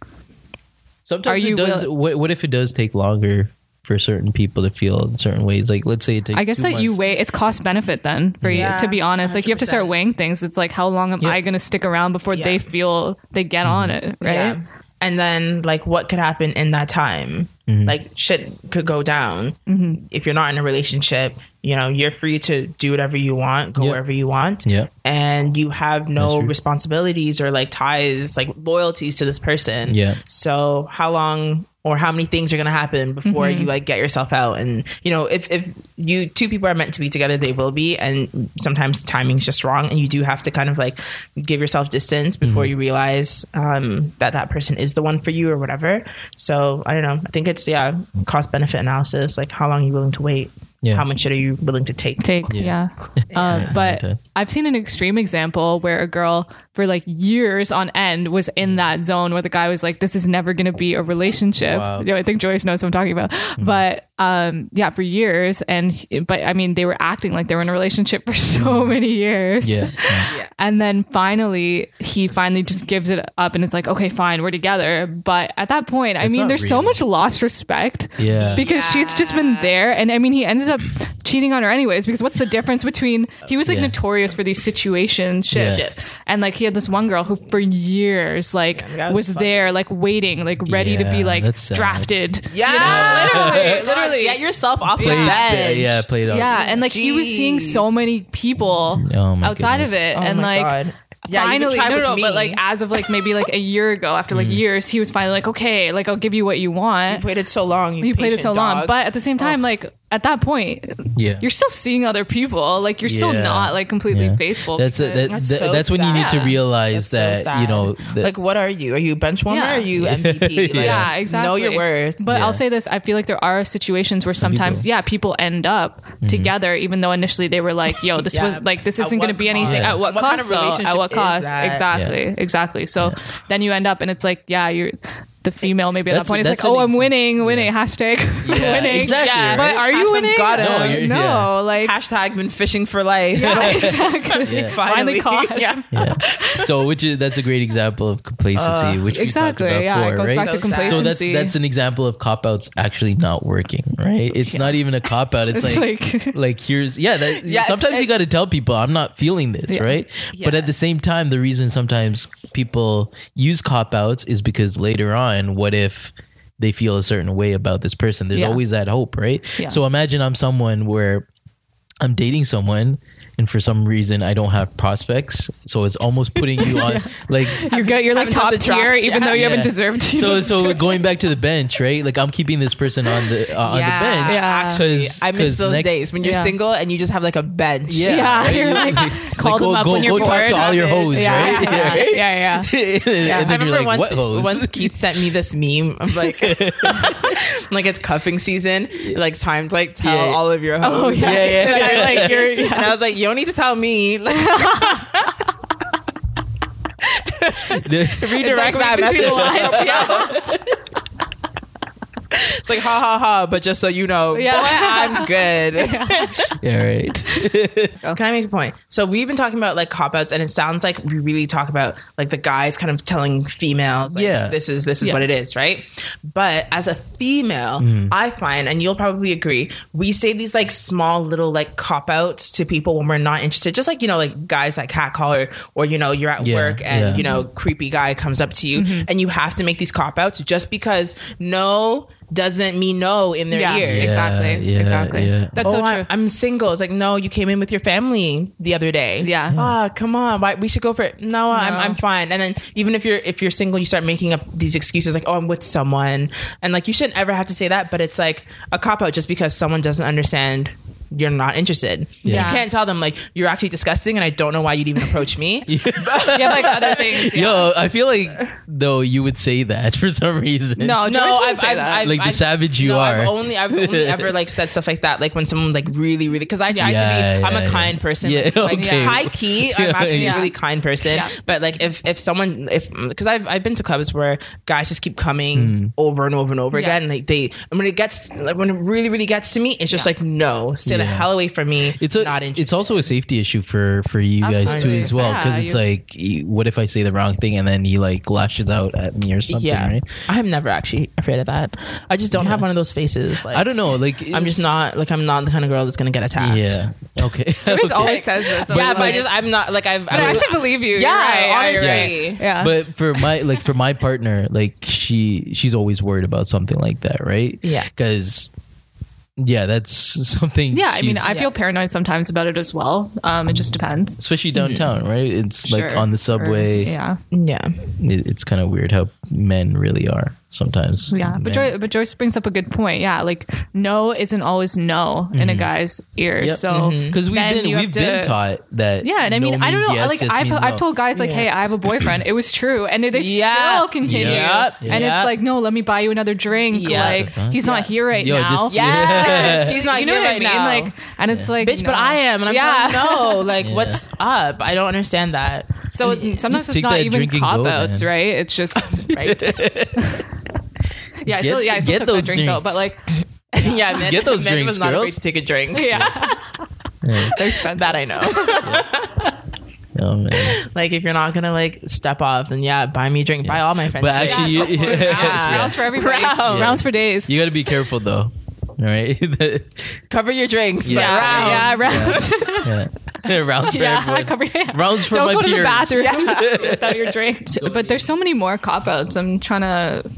Speaker 1: sometimes
Speaker 2: are you
Speaker 1: it does. what, what if it does take longer for certain people to feel in certain ways? Like let's say it takes.
Speaker 2: I guess
Speaker 1: two
Speaker 2: that you
Speaker 1: months.
Speaker 2: weigh. It's cost benefit then for
Speaker 3: Yeah,
Speaker 2: you. To be honest, like you have to start
Speaker 3: 100%.
Speaker 2: weighing things. It's like how long am
Speaker 1: Yeah. Mm-hmm.
Speaker 2: I going to stick around before
Speaker 3: Yeah.
Speaker 2: they feel they get on it, right?
Speaker 3: Yeah. and then like what could happen in that time like shit could go down if you're not in a relationship you know you're free to do whatever you want go
Speaker 1: Yeah.
Speaker 3: wherever you want
Speaker 1: Yeah.
Speaker 3: and you have
Speaker 1: That's
Speaker 3: no
Speaker 1: true.
Speaker 3: responsibilities or like ties like loyalties to this person
Speaker 1: Yeah.
Speaker 3: so how long or how many things are going to happen before you like get yourself out and you know if if you two people are meant to be together they will be and sometimes timing's just wrong and you do have to kind of like give yourself distance
Speaker 1: Mm-hmm.
Speaker 3: before you realize um, that that person is the one for you or whatever so i don't know i think it's yeah cost benefit analysis like how long are you willing to wait
Speaker 1: Yeah.
Speaker 3: how much shit are you willing to take
Speaker 2: take
Speaker 1: Yeah.
Speaker 2: yeah, Uh, but
Speaker 1: Okay.
Speaker 2: i've seen an extreme example where a girl for like years on end was
Speaker 1: Mm.
Speaker 2: in that zone where the guy was like this is never going to be a relationship
Speaker 1: Wow. Mm.
Speaker 2: you know, i think joyce knows what i'm talking about but um yeah for years and but i mean they were acting like they were in a relationship for so many years
Speaker 1: Mm. Yeah.
Speaker 2: and then finally, he finally just gives it up and it's like, okay, fine, we're together. But at that point, I
Speaker 1: It's
Speaker 2: mean,
Speaker 1: not
Speaker 2: there's so
Speaker 1: real.
Speaker 2: much lost respect
Speaker 1: Yeah.
Speaker 2: because she's just been there. And I mean, he ends up cheating on her anyways because what's the difference between he was like
Speaker 1: Yeah.
Speaker 2: notorious for these situationships
Speaker 1: Yes.
Speaker 2: and like he had this one girl who for years like
Speaker 3: the guy
Speaker 2: was
Speaker 3: was fucking-
Speaker 2: there like waiting like ready to be
Speaker 1: Yeah,
Speaker 2: like
Speaker 1: that's sad.
Speaker 2: drafted
Speaker 3: yeah
Speaker 2: literally, literally.
Speaker 3: get yourself off the
Speaker 1: Played-
Speaker 3: bench
Speaker 1: Yeah. Played out.
Speaker 2: yeah and like he was seeing so
Speaker 3: Jeez.
Speaker 2: many people
Speaker 1: Oh, my
Speaker 2: outside of
Speaker 1: goodness.
Speaker 2: it
Speaker 3: Oh
Speaker 2: and
Speaker 3: my
Speaker 2: like
Speaker 3: God. Yeah, you can
Speaker 2: finally,
Speaker 3: try
Speaker 2: no,
Speaker 3: with
Speaker 2: no, no, but
Speaker 3: me.
Speaker 2: like as of like maybe like a year ago, after
Speaker 1: Mm.
Speaker 2: like years, he was finally like, okay, like I'll give you what you want.
Speaker 3: You've waited so long. You
Speaker 2: He played it so
Speaker 3: patient
Speaker 2: long,
Speaker 3: dog. Oh.
Speaker 2: but at the same time, like at that point,
Speaker 1: Yeah.
Speaker 2: you're still seeing other people. Like you're still
Speaker 1: Yeah.
Speaker 2: not like completely
Speaker 1: Yeah.
Speaker 2: faithful.
Speaker 1: That's a,
Speaker 2: because-
Speaker 1: that,
Speaker 3: That's
Speaker 1: that-
Speaker 3: so
Speaker 1: that's when you need to
Speaker 2: sad.
Speaker 1: realize
Speaker 3: That's so
Speaker 1: that you know
Speaker 3: sad.
Speaker 1: that,
Speaker 3: like what are you? Are you a bench warmer?
Speaker 2: Yeah.
Speaker 3: Are you MVP? Like,
Speaker 2: yeah, exactly.
Speaker 3: Know your worth.
Speaker 2: But
Speaker 1: Yeah.
Speaker 2: I'll say this: I feel like there are situations where sometimes,
Speaker 1: people. Mm-hmm.
Speaker 2: yeah, people end up together, even though initially they were like, "Yo, this
Speaker 3: Yeah.
Speaker 2: was like this
Speaker 3: At
Speaker 2: isn't going to
Speaker 3: what
Speaker 2: be anything."
Speaker 1: cost?
Speaker 2: At what,
Speaker 3: What
Speaker 2: cost?
Speaker 3: kind of
Speaker 2: though?
Speaker 3: relationship
Speaker 2: At what
Speaker 3: is
Speaker 2: cost?
Speaker 3: that?
Speaker 2: Exactly, exactly. So then you end up, and it's like, yeah, you're the female. Maybe at
Speaker 1: That's-
Speaker 2: that point, it's
Speaker 1: that's
Speaker 2: like,
Speaker 1: an
Speaker 2: oh, I'm
Speaker 1: exa-
Speaker 2: winning, winning. Hashtag winning.
Speaker 1: exactly,
Speaker 2: Yeah,
Speaker 1: right?
Speaker 2: But are you
Speaker 3: Hashtag
Speaker 2: winning?
Speaker 3: got it.
Speaker 1: No, you're-
Speaker 2: no,
Speaker 1: yeah.
Speaker 2: like
Speaker 3: Hashtag been fishing for life.
Speaker 2: exactly.
Speaker 1: Yeah.
Speaker 2: Finally caught.
Speaker 3: yeah.
Speaker 1: yeah. so which is that's a great example of complacency which
Speaker 2: Uh, Exactly.
Speaker 1: we talked about
Speaker 2: Yeah,
Speaker 1: before,
Speaker 2: it goes
Speaker 1: right
Speaker 2: back to
Speaker 3: So sad.
Speaker 2: complacency.
Speaker 1: so that's that's an example of cop outs actually not working right it's not even a cop out it's,
Speaker 2: It's
Speaker 1: like like,
Speaker 2: like-
Speaker 1: here's yeah, that,
Speaker 3: Yeah,
Speaker 1: sometimes
Speaker 3: it's-
Speaker 1: you got to tell people i'm not feeling this
Speaker 2: Yeah.
Speaker 1: right but
Speaker 3: Yeah.
Speaker 1: at the same time the reason sometimes people use cop outs is because later on what if they feel a certain way about this person there's
Speaker 2: Yeah.
Speaker 1: always that hope right
Speaker 2: Yeah.
Speaker 1: so imagine i'm someone where i'm dating someone and for some reason i don't have prospects so it's almost putting you on like
Speaker 2: you're good. You're like
Speaker 3: Haven't
Speaker 2: top
Speaker 3: done the draft
Speaker 2: tier, even
Speaker 3: yet.
Speaker 2: though Oh, you haven't
Speaker 1: Yeah.
Speaker 2: deserved to.
Speaker 1: so so going back to the bench, right? Like I'm keeping this person on the uh, on
Speaker 3: Yeah.
Speaker 1: the bench.
Speaker 2: Yeah.
Speaker 3: Actually,
Speaker 1: 'Cause-
Speaker 3: I
Speaker 1: 'cause
Speaker 3: miss those
Speaker 1: next-
Speaker 3: days when you're
Speaker 2: Yeah.
Speaker 3: single and you just have like a bench.
Speaker 1: Yeah.
Speaker 2: Yeah,
Speaker 1: right?
Speaker 2: you're like, call
Speaker 1: go,
Speaker 2: them up
Speaker 1: go,
Speaker 2: when you're
Speaker 1: go
Speaker 2: bored.
Speaker 1: talk to all your hoes,
Speaker 2: yeah,
Speaker 1: right?
Speaker 2: yeah,
Speaker 1: Right?
Speaker 2: yeah, yeah.
Speaker 1: and then
Speaker 3: Yeah. I
Speaker 1: you're
Speaker 3: remember
Speaker 1: like,
Speaker 3: once,
Speaker 1: what hoes?
Speaker 3: once Keith sent me this meme of like, like it's cuffing season. Like time to like tell
Speaker 1: Yeah.
Speaker 3: all of your hoes.
Speaker 2: Oh yeah,
Speaker 1: Yeah, yeah.
Speaker 2: yeah, like you're,
Speaker 3: And
Speaker 2: yeah.
Speaker 3: I was like, you don't need to tell me. Like, redirect
Speaker 2: It's
Speaker 3: that
Speaker 2: like reading
Speaker 3: message.
Speaker 2: between
Speaker 3: to
Speaker 2: the lines,
Speaker 3: somebody
Speaker 2: yeah.
Speaker 3: else. it's like ha ha ha. But just so you know,
Speaker 2: Yeah.
Speaker 3: boy, I'm good.
Speaker 1: yeah, right. Oh.
Speaker 3: Can I make a point? So we've been talking about like cop outs, and it sounds like we really talk about like the guys kind of telling females, like,
Speaker 1: Yeah. Mm-hmm.
Speaker 3: this is this is
Speaker 2: Yeah.
Speaker 3: what it is, right? But as a female, I find, and you'll probably agree, we say these like small little like cop outs to people when we're not interested, just like you know, like guys that catcall or or you know, you're at
Speaker 1: Yeah,
Speaker 3: work and
Speaker 1: yeah. Mm-hmm.
Speaker 3: you know, creepy guy comes up to you, and you have to make these cop outs just because no doesn't mean no in their
Speaker 2: Yeah.
Speaker 3: ears.
Speaker 1: Yeah,
Speaker 2: exactly,
Speaker 1: yeah,
Speaker 2: exactly.
Speaker 1: yeah.
Speaker 2: That's so
Speaker 3: oh,
Speaker 2: true.
Speaker 3: I'm, I'm single. It's like, no, you came in with your family the other day.
Speaker 2: Yeah. Yeah.
Speaker 3: Ah, come on. Why, we should go for it. No, I'm,
Speaker 2: No.
Speaker 3: I'm fine. And then even if you're if you're single, you start making up these excuses like, oh, I'm with someone, and like you shouldn't ever have to say that. But it's like a cop out just because someone doesn't understand. You're not interested.
Speaker 2: Yeah.
Speaker 3: You can't tell them like you're actually disgusting, and I don't know why you'd even approach me.
Speaker 2: yeah, like other things. Yeah.
Speaker 1: Yo, I feel like though you would say that for some reason.
Speaker 2: no, Joyce
Speaker 3: no,
Speaker 2: wouldn't
Speaker 3: I've,
Speaker 2: say
Speaker 3: I've,
Speaker 2: that.
Speaker 3: I've,
Speaker 1: Like the
Speaker 3: I've-
Speaker 1: savage you
Speaker 3: no,
Speaker 1: are.
Speaker 3: I've only, I've only ever like said stuff like that, like when someone like really, really, because I try
Speaker 1: Yeah,
Speaker 3: to be. I'm
Speaker 1: yeah,
Speaker 3: a kind
Speaker 1: yeah.
Speaker 3: person.
Speaker 1: Yeah,
Speaker 3: like, like,
Speaker 1: okay.
Speaker 3: high key. I'm actually
Speaker 2: Yeah.
Speaker 3: a really kind person.
Speaker 2: Yeah.
Speaker 3: But like if if someone if because I've I've been to clubs where guys just keep
Speaker 1: Hmm.
Speaker 3: coming over and over and over
Speaker 2: Yeah.
Speaker 3: again. And like they and when it gets like when it really really gets to me, it's just
Speaker 2: Yeah.
Speaker 3: like no, say the hell away from me.
Speaker 1: It's a,
Speaker 3: not interested.
Speaker 1: it's also a safety issue for for you guys too
Speaker 2: Absolutely.
Speaker 1: as well because
Speaker 2: Yeah,
Speaker 1: it's
Speaker 2: you-
Speaker 1: like y- what if I say the wrong thing and then he like lashes out at me or something
Speaker 3: yeah,
Speaker 1: right
Speaker 3: I'm never actually afraid of that. I just don't have one of those faces. Like,
Speaker 1: I don't know like
Speaker 3: I'm
Speaker 1: it's-
Speaker 3: just not like I'm not the kind of girl that's gonna get attacked.
Speaker 1: yeah okay
Speaker 2: Chris always says this. I'm
Speaker 3: yeah, but I
Speaker 2: like-
Speaker 3: just I'm not like I've.
Speaker 2: But I
Speaker 3: I've-
Speaker 2: actually believe you.
Speaker 3: Yeah,
Speaker 2: Yeah, you're right. Yeah,
Speaker 3: honestly.
Speaker 2: you're right. yeah.
Speaker 1: but for my like for my partner like she she's always worried about something like that right
Speaker 3: Yeah.
Speaker 1: because yeah that's something
Speaker 2: yeah, I mean,
Speaker 1: she's-
Speaker 2: I
Speaker 3: yeah.
Speaker 2: feel paranoid sometimes about it as well. Um, it just depends.
Speaker 1: especially downtown right it's like
Speaker 2: Sure.
Speaker 1: on the
Speaker 2: Or-
Speaker 1: subway
Speaker 2: yeah,
Speaker 3: yeah,
Speaker 1: it, it's kind of weird how men really are sometimes
Speaker 2: yeah. But
Speaker 1: Men-
Speaker 2: Joy, but Joyce brings up a good point. Yeah, like no isn't always no in a guy's ear.
Speaker 1: Mm-hmm. Yep.
Speaker 2: So
Speaker 1: because we've
Speaker 2: then
Speaker 1: been
Speaker 2: you have
Speaker 1: we've been
Speaker 2: to-
Speaker 1: taught that
Speaker 2: Yeah, and I
Speaker 1: no
Speaker 2: mean, I don't
Speaker 1: means
Speaker 2: know.
Speaker 1: yes,
Speaker 2: like
Speaker 1: yes
Speaker 2: I've
Speaker 1: means
Speaker 2: I've
Speaker 1: no.
Speaker 2: told guys like,
Speaker 3: Yeah.
Speaker 2: "Hey, I have a boyfriend." It was true, and they, they
Speaker 3: Yeah.
Speaker 2: still continue.
Speaker 3: Yep.
Speaker 2: And
Speaker 3: Yep.
Speaker 2: it's like, no, let me buy you another drink.
Speaker 3: Yeah.
Speaker 2: Like
Speaker 1: What the fuck?
Speaker 2: he's not here right
Speaker 1: Uh-huh. Yo,
Speaker 2: now.
Speaker 1: just-
Speaker 3: yes, he's not
Speaker 2: you know
Speaker 3: here
Speaker 2: what
Speaker 3: right
Speaker 2: I mean?
Speaker 3: now.
Speaker 2: Like, and it's like,
Speaker 3: bitch, but
Speaker 2: no.
Speaker 3: I am, and I'm
Speaker 2: yeah.
Speaker 3: telling you, no, like,
Speaker 1: Yeah.
Speaker 3: what's up? I don't understand that.
Speaker 2: So it- sometimes
Speaker 1: Just
Speaker 2: it's
Speaker 1: take
Speaker 2: not
Speaker 1: that
Speaker 2: even
Speaker 1: drink and go,
Speaker 2: cop outs,
Speaker 1: man.
Speaker 2: right? It's just
Speaker 3: Right?
Speaker 2: yeah. I
Speaker 1: Get-
Speaker 2: still, yeah, I still
Speaker 1: get
Speaker 2: took that
Speaker 1: those
Speaker 2: drink though,
Speaker 1: drinks.
Speaker 2: but like,
Speaker 3: yeah, men,
Speaker 1: Get those
Speaker 3: men
Speaker 1: drinks,
Speaker 3: was not afraid
Speaker 1: girls.
Speaker 3: to take a drink.
Speaker 2: yeah,
Speaker 1: Yeah.
Speaker 2: they're expensive.
Speaker 3: That I know.
Speaker 1: Oh, man.
Speaker 3: like if you're not gonna like step off, then yeah, buy me a drink. Buy all my friends.
Speaker 1: but
Speaker 3: a drink.
Speaker 1: actually you,
Speaker 2: rounds, rounds for everybody.
Speaker 3: Rounds.
Speaker 2: rounds for days.
Speaker 1: you got to be careful though all right
Speaker 3: cover your drinks.
Speaker 1: Yeah.
Speaker 3: But rounds.
Speaker 2: yeah, rounds.
Speaker 1: yeah. rounds for
Speaker 2: Yeah,
Speaker 1: everyone.
Speaker 2: cover your
Speaker 1: Rounds for
Speaker 2: Don't
Speaker 1: my
Speaker 2: go to the
Speaker 1: peers.
Speaker 2: bathroom without your drink. but there's so many more cop outs. I'm trying to.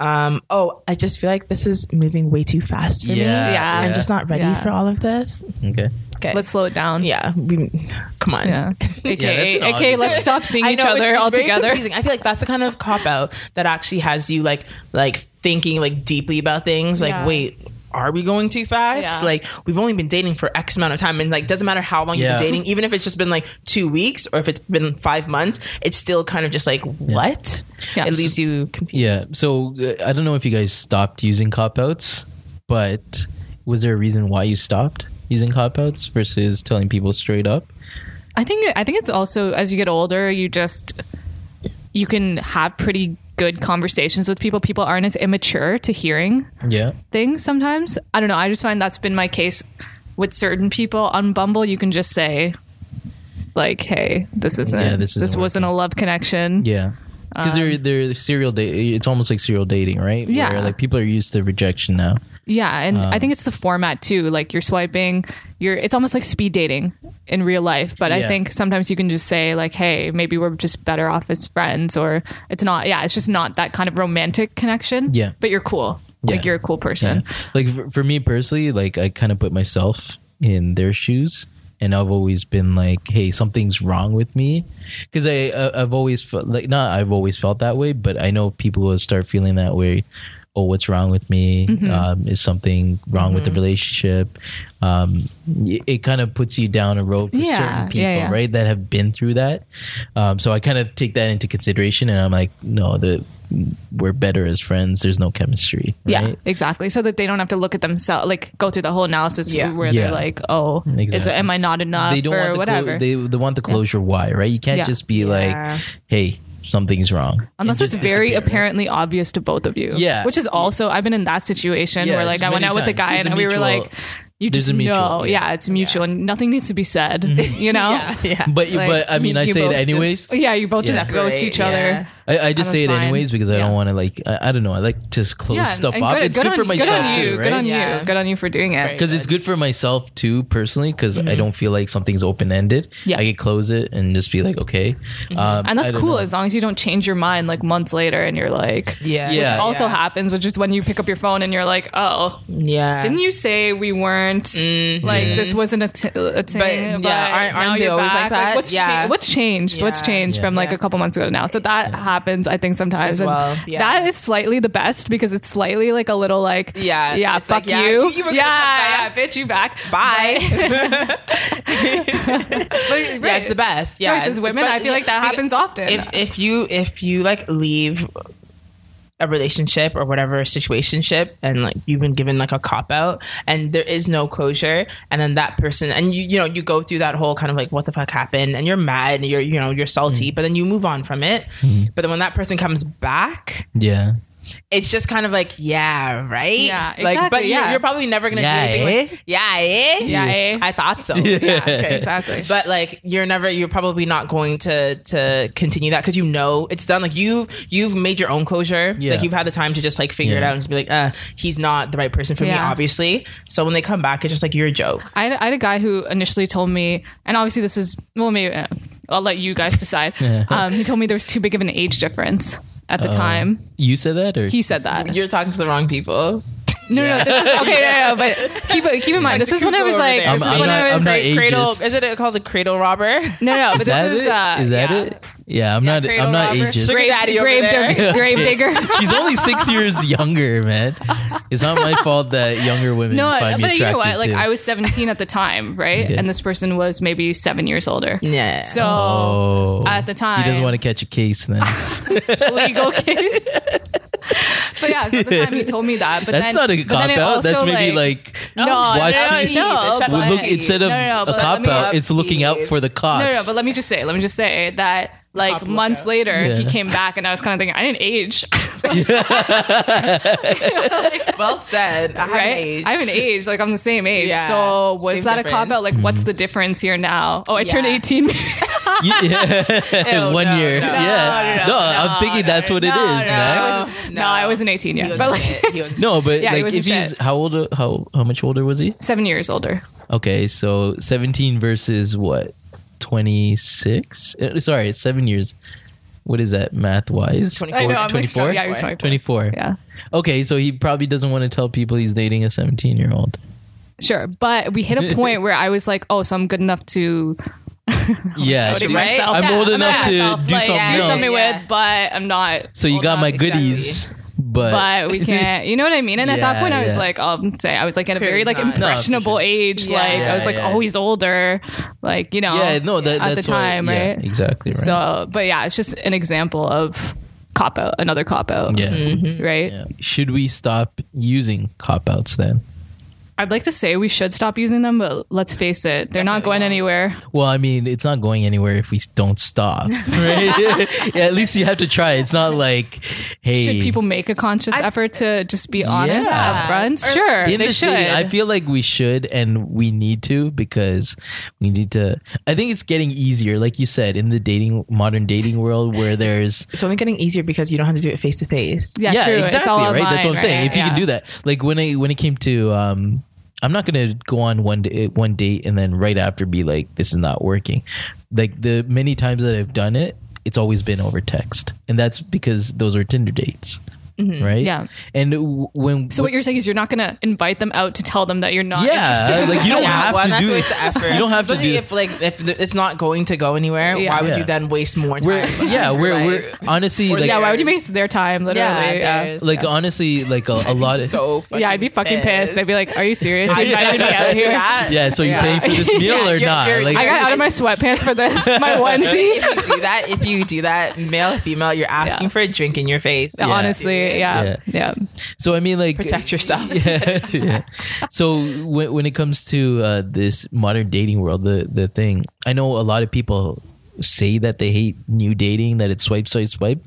Speaker 3: Um. Oh, I just feel like this is moving way too fast for me.
Speaker 1: Yeah,
Speaker 2: Yeah.
Speaker 3: I'm just not ready
Speaker 2: Yeah.
Speaker 3: for all of this.
Speaker 1: okay
Speaker 3: Okay.
Speaker 2: Let's slow it down.
Speaker 3: Yeah. We, come on.
Speaker 2: Yeah.
Speaker 1: that's
Speaker 2: AKA,
Speaker 1: an
Speaker 2: AKA
Speaker 1: obvious-
Speaker 2: let's stop seeing
Speaker 3: I
Speaker 2: each
Speaker 3: know, it's-
Speaker 2: other
Speaker 3: it's very
Speaker 2: altogether.
Speaker 3: confusing. I feel like that's the kind of cop out that actually has you like like thinking like deeply about things. Like,
Speaker 2: Yeah.
Speaker 3: wait, are we going too fast?
Speaker 2: Yeah.
Speaker 3: Like, we've only been dating for X amount of time, and like doesn't matter how long
Speaker 1: Yeah.
Speaker 3: you've been dating, even if it's just been like two weeks or if it's been five months, it's still kind of just like what?
Speaker 2: Yeah.
Speaker 3: It leaves you confused.
Speaker 1: yeah so uh, i don't know if you guys stopped using cop outs but was there a reason why you stopped using cop outs versus telling people straight up
Speaker 2: I think I think it's also as you get older, you just you can have pretty good conversations with people. People aren't as immature to hearing
Speaker 1: yeah
Speaker 2: things sometimes. I don't know. I just find that's been my case with certain people on Bumble. You can just say like, "Hey, this isn't
Speaker 1: Yeah, this
Speaker 2: this,
Speaker 1: isn't
Speaker 2: wasn't a love connection."
Speaker 1: yeah because they're they're serial dating it's almost like serial dating right
Speaker 2: Yeah.
Speaker 1: Where, like people are used to rejection now
Speaker 2: Yeah, and
Speaker 1: Um,
Speaker 2: I think it's the format too. Like you're swiping, you're it's almost like speed dating in real life, but
Speaker 1: Yeah.
Speaker 2: I think sometimes you can just say like, "Hey, maybe we're just better off as friends," or it's not. Yeah, it's just not that kind of romantic connection.
Speaker 1: Yeah.
Speaker 2: but you're cool.
Speaker 1: Yeah.
Speaker 2: Like you're a cool person.
Speaker 1: like for, for me personally like i kind of put myself in their shoes and i've always been like hey something's wrong with me because i uh, i've always felt like not i've always felt that way but i know people will start feeling that way oh what's wrong with me
Speaker 2: Mm-hmm.
Speaker 1: um, is something wrong with the relationship um, y- it kind of puts you down a road for
Speaker 2: Yeah,
Speaker 1: certain people
Speaker 2: yeah, yeah.
Speaker 1: right that have been through that um, so i kind of take that into consideration and i'm like no the we're better as friends there's no chemistry
Speaker 2: Yeah,
Speaker 1: right?
Speaker 2: exactly. So that they don't have to look at themselves, like go through the whole analysis
Speaker 3: Yeah.
Speaker 2: where
Speaker 1: Yeah.
Speaker 2: they're like, "Oh, is
Speaker 1: Exactly.
Speaker 2: am I not enough?"
Speaker 1: they don't
Speaker 2: or
Speaker 1: want the
Speaker 2: whatever.
Speaker 1: Clo- they, they want the closure why right you can't
Speaker 2: Yeah.
Speaker 1: just be like hey something's wrong and
Speaker 2: Unless it's
Speaker 1: just
Speaker 2: very
Speaker 1: disappear, right?
Speaker 2: apparently obvious to both of you.
Speaker 1: Yeah.
Speaker 2: Which is also, I've been in that situation
Speaker 1: Yeah,
Speaker 2: where
Speaker 1: it's
Speaker 2: like I went
Speaker 1: many
Speaker 2: out with a
Speaker 1: times.
Speaker 2: guy
Speaker 1: There's
Speaker 2: and
Speaker 1: a
Speaker 2: we were
Speaker 1: mutual-
Speaker 2: like, you
Speaker 1: there's
Speaker 2: just
Speaker 1: a mutual,
Speaker 2: know.
Speaker 1: yeah. Mm-hmm.
Speaker 2: Yeah. it's mutual and nothing needs to be said, you know?
Speaker 3: Yeah.
Speaker 2: yeah.
Speaker 3: yeah.
Speaker 1: but but i mean
Speaker 3: You-
Speaker 1: i
Speaker 3: you
Speaker 1: say it
Speaker 3: both just-
Speaker 1: anyways
Speaker 2: you both
Speaker 1: Yeah.
Speaker 2: just ghost each
Speaker 3: Separate,
Speaker 2: other.
Speaker 3: yeah.
Speaker 1: I, I just
Speaker 2: And
Speaker 1: say it
Speaker 2: Oh, that's
Speaker 1: anyways
Speaker 2: fine.
Speaker 1: because I
Speaker 2: Yeah.
Speaker 1: don't want to like I, I don't know I like to close
Speaker 2: Yeah,
Speaker 1: stuff
Speaker 2: and
Speaker 1: up. it's good
Speaker 2: on,
Speaker 1: for myself
Speaker 2: Good on you.
Speaker 1: too, right?
Speaker 2: Good on
Speaker 3: Yeah.
Speaker 2: you. Good on you for doing it.
Speaker 3: great.
Speaker 1: because it's good for myself too personally because I don't feel like something's open ended.
Speaker 2: Mm-hmm. Yeah. Mm-hmm.
Speaker 1: I could close it and just be like okay, um,
Speaker 2: And
Speaker 1: I
Speaker 2: that's
Speaker 1: don't
Speaker 2: cool
Speaker 1: know.
Speaker 2: as long as you don't change your mind like months later and you're like,
Speaker 3: Uh, yeah.
Speaker 1: Yeah.
Speaker 2: Which also happens, which is when you pick up your phone and you're like, oh,
Speaker 3: Yeah. Mm.
Speaker 2: didn't you say we weren't like this wasn't a, t- a thing?
Speaker 3: mm-hmm. But,
Speaker 2: But,
Speaker 3: yeah, aren't-
Speaker 2: now
Speaker 3: aren't they
Speaker 2: you're
Speaker 3: always like
Speaker 2: back.
Speaker 3: that?
Speaker 2: what's,
Speaker 3: Yeah.
Speaker 2: cha- what's changed? What's
Speaker 3: Yeah.
Speaker 2: changed from like
Speaker 3: Yeah.
Speaker 2: a couple months ago to now? So that happens, I think, sometimes.
Speaker 3: As
Speaker 2: and
Speaker 3: well, yeah.
Speaker 2: That is slightly the best because it's slightly like a little like,
Speaker 3: Yeah,
Speaker 2: yeah,
Speaker 3: it's
Speaker 2: fuck
Speaker 3: like, yeah,
Speaker 2: you,
Speaker 3: you were gonna come
Speaker 2: yeah,
Speaker 3: back.
Speaker 2: bitch, you back,
Speaker 3: Bye.
Speaker 2: But,
Speaker 3: Yeah, it's the best. Yeah,
Speaker 2: Choices, women, I feel like that
Speaker 3: Because-
Speaker 2: happens often.
Speaker 3: If if you if you like leave a relationship or whatever situationship and like you've been given like a cop out and there is no closure and then that person and you you know you go through that whole kind of like what the fuck happened and you're mad and you're you know you're salty but then you move on from it but then when that person comes back
Speaker 1: yeah
Speaker 3: it's just kind of like, yeah, right?
Speaker 2: Yeah,
Speaker 3: Like, but
Speaker 2: exactly,
Speaker 3: yeah.
Speaker 2: yeah.
Speaker 3: you're probably never going to
Speaker 1: Yeah,
Speaker 3: do anything. Like, yeah, eh?
Speaker 2: Yeah, eh?
Speaker 3: I thought so.
Speaker 2: yeah, okay, exactly.
Speaker 3: But like you're never you're probably not going to to continue that because you know it's done. Like you you've made your own closure.
Speaker 1: Yeah.
Speaker 3: Like you've had the time to just like figure it
Speaker 1: Yeah.
Speaker 3: out and just be like, uh, he's not the right person for me,
Speaker 2: Yeah.
Speaker 3: obviously. So when they come back, it's just like you're a joke.
Speaker 2: I had, I had a guy who initially told me, and obviously this was well, maybe uh, I'll let you guys decide. um, he told me there was too big of an age difference at
Speaker 1: Oh.
Speaker 2: the time.
Speaker 1: Um, You said that, or
Speaker 2: He said that.
Speaker 3: You're talking to the wrong people.
Speaker 2: No, no, no, this is okay. No, no, no, but keep keep in mind, this is when I was
Speaker 3: Over
Speaker 2: like,
Speaker 3: there.
Speaker 2: this
Speaker 1: I'm-
Speaker 2: is
Speaker 1: I'm
Speaker 2: when
Speaker 1: not-
Speaker 2: I was
Speaker 1: I'm
Speaker 2: like,
Speaker 1: not-
Speaker 3: Like, cradle
Speaker 1: ageist.
Speaker 3: is it called a cradle robber?
Speaker 2: no, no, but
Speaker 1: is that
Speaker 2: this was
Speaker 1: it?
Speaker 2: uh,
Speaker 1: Is that
Speaker 2: yeah.
Speaker 1: it? Yeah, I'm not.
Speaker 2: Cradle
Speaker 1: I'm not
Speaker 2: robber.
Speaker 1: ageist.
Speaker 3: Sugar
Speaker 2: Grave,
Speaker 3: daddy over
Speaker 2: grave,
Speaker 3: there.
Speaker 2: digger, grave digger.
Speaker 1: She's only six years younger, man. It's not my fault that younger women
Speaker 2: No,
Speaker 1: find me
Speaker 2: but
Speaker 1: attractive.
Speaker 2: you know what? Like
Speaker 1: too.
Speaker 2: I was 17 at the time, right?
Speaker 1: Okay.
Speaker 2: And this person was maybe seven years older.
Speaker 3: Yeah.
Speaker 2: So
Speaker 1: Oh,
Speaker 2: at the time,
Speaker 1: he doesn't want to catch a case. Then
Speaker 2: legal case. but yeah, so at the time he told me that. But
Speaker 1: that's
Speaker 2: then,
Speaker 1: not a
Speaker 2: but
Speaker 1: cop
Speaker 2: then it
Speaker 1: out.
Speaker 2: also,
Speaker 1: That's maybe like,
Speaker 2: no, no,
Speaker 1: watch-
Speaker 2: no, no,
Speaker 3: Shut
Speaker 2: but-
Speaker 3: up.
Speaker 1: look instead of
Speaker 2: No, no, no,
Speaker 1: a
Speaker 2: but
Speaker 1: cop
Speaker 2: let me-
Speaker 1: out, it's looking out for the cops.
Speaker 2: no, no, no. But let me just say, let me just say that like
Speaker 3: Pop
Speaker 2: months
Speaker 3: lookout.
Speaker 2: later he
Speaker 1: Yeah.
Speaker 2: came back and I was kind of thinking I didn't age,
Speaker 3: well said. I haven't
Speaker 2: right?
Speaker 3: aged.
Speaker 2: I haven't aged. Like I'm the same age.
Speaker 3: Yeah,
Speaker 2: so was
Speaker 3: same
Speaker 2: that a
Speaker 3: difference.
Speaker 2: cop out? Like what's the difference here now? Oh, I turned
Speaker 3: Yeah.
Speaker 2: 18.
Speaker 1: yeah.
Speaker 3: Ew,
Speaker 1: one
Speaker 3: no,
Speaker 1: year.
Speaker 3: no,
Speaker 1: yeah,
Speaker 2: no,
Speaker 1: I'm
Speaker 2: no,
Speaker 1: thinking that's what it is,
Speaker 2: no, no,
Speaker 1: man.
Speaker 2: I wasn't- no, I wasn't 18
Speaker 3: He
Speaker 2: yet,
Speaker 3: was
Speaker 2: but like
Speaker 3: it. He was-
Speaker 1: No, but
Speaker 2: Yeah, he
Speaker 1: like
Speaker 2: was a
Speaker 1: if he's
Speaker 2: shit.
Speaker 1: how old? How how much older was he?
Speaker 2: seven years older.
Speaker 1: Okay, so 17 versus what? 26? Uh, Sorry, it's 7 years. What is that math wise?
Speaker 3: 24.
Speaker 2: I know. I'm
Speaker 1: 24?
Speaker 2: Like, yeah, he was 24.
Speaker 1: 24.
Speaker 2: Yeah.
Speaker 1: Okay, so he probably doesn't want to tell people he's dating a 17 year old.
Speaker 2: Sure, but we hit a point where I was like, "Oh, so I'm good enough to
Speaker 1: Yeah.
Speaker 3: Right?
Speaker 1: dude,
Speaker 3: myself.
Speaker 1: I'm
Speaker 2: Yeah,
Speaker 1: old
Speaker 2: I'm
Speaker 1: enough
Speaker 2: good
Speaker 1: to
Speaker 2: enough,
Speaker 1: do
Speaker 2: like,
Speaker 1: something
Speaker 2: do
Speaker 1: else.
Speaker 2: something
Speaker 3: Yeah.
Speaker 2: with, but I'm not."
Speaker 1: So you
Speaker 2: old
Speaker 1: got my
Speaker 2: enough,
Speaker 1: goodies, but,
Speaker 2: but we can't. You know what I mean? And at
Speaker 1: Yeah,
Speaker 2: that point, I was
Speaker 1: yeah.
Speaker 2: like, "I'll say I was like at a very
Speaker 3: Clearly
Speaker 2: like
Speaker 3: not. No, for
Speaker 2: impressionable
Speaker 1: sure.
Speaker 2: age.
Speaker 3: Yeah.
Speaker 2: Like I was
Speaker 1: Yeah,
Speaker 2: like,
Speaker 1: yeah.
Speaker 2: oh, he's older. Like you know,
Speaker 1: yeah, no, that,
Speaker 2: at the
Speaker 1: that's why-
Speaker 2: time,
Speaker 1: yeah,
Speaker 2: right?
Speaker 1: Exactly right.
Speaker 2: So, but yeah, it's just an example of cop out, another cop out,
Speaker 1: yeah.
Speaker 3: Mm-hmm.
Speaker 2: right?
Speaker 1: yeah. Should we stop using cop outs then?
Speaker 2: I'd like to say we should stop using them, but let's face it, they're not going anywhere.
Speaker 1: Well, I mean, it's not going anywhere if we don't stop. Right? yeah, at least you have to try. It's not like, hey,
Speaker 2: Should people make a conscious effort to just be honest
Speaker 1: Yeah.
Speaker 2: upfront? Sure,
Speaker 1: in
Speaker 2: they
Speaker 1: the
Speaker 2: should.
Speaker 1: city, I feel like we should and we need to because we need to. I think it's getting easier, like you said, in the dating modern dating world where there's
Speaker 3: It's only getting easier because you don't have to do it face to face.
Speaker 2: yeah, true.
Speaker 1: exactly
Speaker 2: it's all
Speaker 1: right.
Speaker 2: Online,
Speaker 1: That's what I'm saying. If you can do that, like when I when it came to, um, I'm not gonna go on one day, one date and then right after be like, this is not working. Like the many times that I've done it, it's always been over text, and that's because those are Tinder dates, right?
Speaker 2: Mm-hmm. Yeah.
Speaker 1: and w- when
Speaker 2: So what you're saying is you're not going to invite them out to tell them that you're not.
Speaker 1: yeah,
Speaker 2: interested.
Speaker 1: Uh, like you don't
Speaker 3: Yeah,
Speaker 1: have
Speaker 3: well,
Speaker 1: to
Speaker 3: that's
Speaker 1: do
Speaker 3: a waste of effort.
Speaker 1: You don't have
Speaker 3: Especially
Speaker 1: to do
Speaker 3: if like if th- it's not going to go anywhere.
Speaker 2: Yeah.
Speaker 3: Why would
Speaker 1: Yeah.
Speaker 3: you then waste more time?
Speaker 1: we're yeah
Speaker 3: on
Speaker 1: we're
Speaker 3: your
Speaker 1: we're
Speaker 3: life?
Speaker 1: honestly
Speaker 3: Or
Speaker 1: like
Speaker 2: yeah, why would you waste their time? Literally,
Speaker 3: Yeah,
Speaker 2: yeah.
Speaker 3: there's-
Speaker 1: like honestly like a, a lot of
Speaker 3: so fucking
Speaker 2: Yeah, I'd be fucking pissed. I'd be like, "Are you serious? You
Speaker 3: Yeah.
Speaker 2: invited me out here.
Speaker 3: Yeah.
Speaker 1: yeah so you
Speaker 3: Yeah.
Speaker 1: paying for this meal
Speaker 3: Yeah,
Speaker 1: or
Speaker 3: you're-
Speaker 1: not
Speaker 3: you're-
Speaker 1: like
Speaker 2: I got out of my sweatpants for this, my onesie."
Speaker 3: if you do that, if you do that, male, female, you're asking
Speaker 2: Yeah.
Speaker 3: for a drink in your face.
Speaker 2: Honestly, yeah, yeah,
Speaker 1: so I mean like
Speaker 3: Protect yourself.
Speaker 1: yeah, yeah. so when, when it comes to uh, this modern dating world the the thing I know a lot of people say that they hate new dating that it's swipe swipe swipe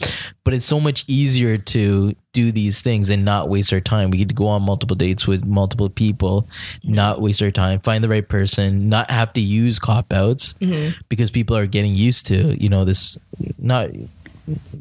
Speaker 1: but it's so much easier to do these things and not waste our time we could go on multiple dates with multiple people not waste our time find the right person not have to use cop outs
Speaker 2: Mm-hmm.
Speaker 1: because people are getting used to you know this not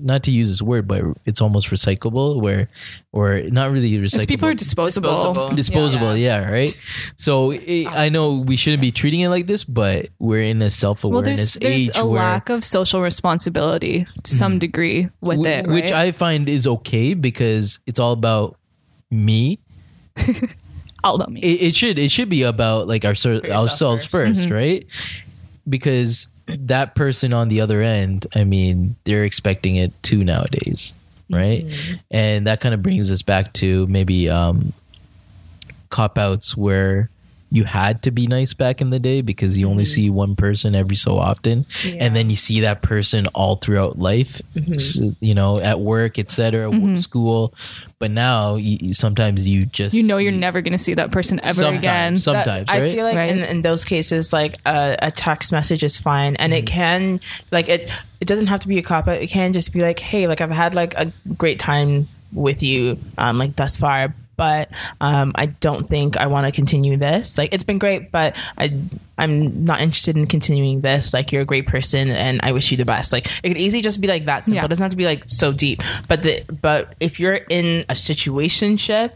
Speaker 1: not to use this word but it's almost recyclable where or not really
Speaker 2: Because
Speaker 1: recyclable
Speaker 2: people are disposable.
Speaker 3: Disposable.
Speaker 1: disposable yeah, right
Speaker 2: Oh,
Speaker 1: so it, i know we shouldn't be treating it like this but we're in a
Speaker 2: Well, there's
Speaker 1: self-awareness
Speaker 2: there's
Speaker 1: age
Speaker 2: a
Speaker 1: where
Speaker 2: lack of social responsibility to some degree with
Speaker 1: wh-
Speaker 2: it,
Speaker 1: which
Speaker 2: right?
Speaker 1: i find is okay because it's all about me
Speaker 2: Although me.
Speaker 1: it, it should it should be about like our ser-
Speaker 3: yourself
Speaker 1: ourselves 1st
Speaker 2: Mm-hmm.
Speaker 1: right? Because that person on the other end, I mean, they're expecting it too nowadays,
Speaker 2: Mm-hmm.
Speaker 1: right? And that kind of brings us back to maybe um, cop outs where you had to be nice back in the day because you
Speaker 2: Mm-hmm.
Speaker 1: only see one person every so often and then you see that person all throughout life
Speaker 2: Mm-hmm.
Speaker 1: s- you know at work etc school but now you, you- sometimes you just
Speaker 2: you know
Speaker 1: see-
Speaker 2: you're never going to see that person ever
Speaker 1: sometimes,
Speaker 2: again.
Speaker 3: That-
Speaker 1: Sometimes,
Speaker 3: I
Speaker 1: right?
Speaker 3: feel like in,
Speaker 2: Right.
Speaker 3: in those cases, like a a text message is fine, and
Speaker 1: Mm.
Speaker 3: it can like it. It doesn't have to be a cop out. It can just be like, hey, like I've had like a great time with you um, like thus far. But um, I don't think I want to continue this. Like it's been great, but I I'm not interested in continuing this. Like you're a great person, and I wish you the best. Like it could easily just be like that simple.
Speaker 2: Yeah.
Speaker 3: It doesn't have to be like so deep. But the but if you're in a situationship.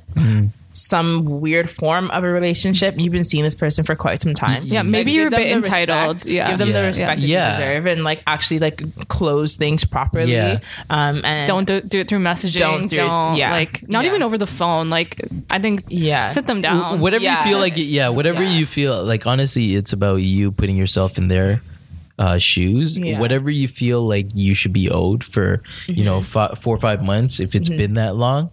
Speaker 3: Some weird form of a relationship. You've been seeing this person for quite some time.
Speaker 2: Yeah,
Speaker 3: Like,
Speaker 2: maybe
Speaker 3: give
Speaker 2: you're a
Speaker 3: them
Speaker 2: bit
Speaker 3: the respect-
Speaker 2: entitled. Yeah.
Speaker 3: give them
Speaker 1: Yeah.
Speaker 3: the respect that
Speaker 1: Yeah.
Speaker 3: they deserve, and like actually like close things properly.
Speaker 1: Yeah.
Speaker 3: Um, and
Speaker 2: don't do, do it through messaging. Don't,
Speaker 3: Don't do it- yeah.
Speaker 2: like not
Speaker 3: Yeah.
Speaker 2: even over the phone. Like I think
Speaker 3: Yeah.
Speaker 2: sit them down.
Speaker 1: whatever
Speaker 3: Yeah.
Speaker 1: you feel like yeah whatever
Speaker 3: Yeah.
Speaker 1: you feel like honestly it's about you putting yourself in their uh, shoes
Speaker 3: Yeah.
Speaker 1: whatever you feel like you should be owed for you know
Speaker 3: Mm-hmm.
Speaker 1: fi- four or five months if it's been that long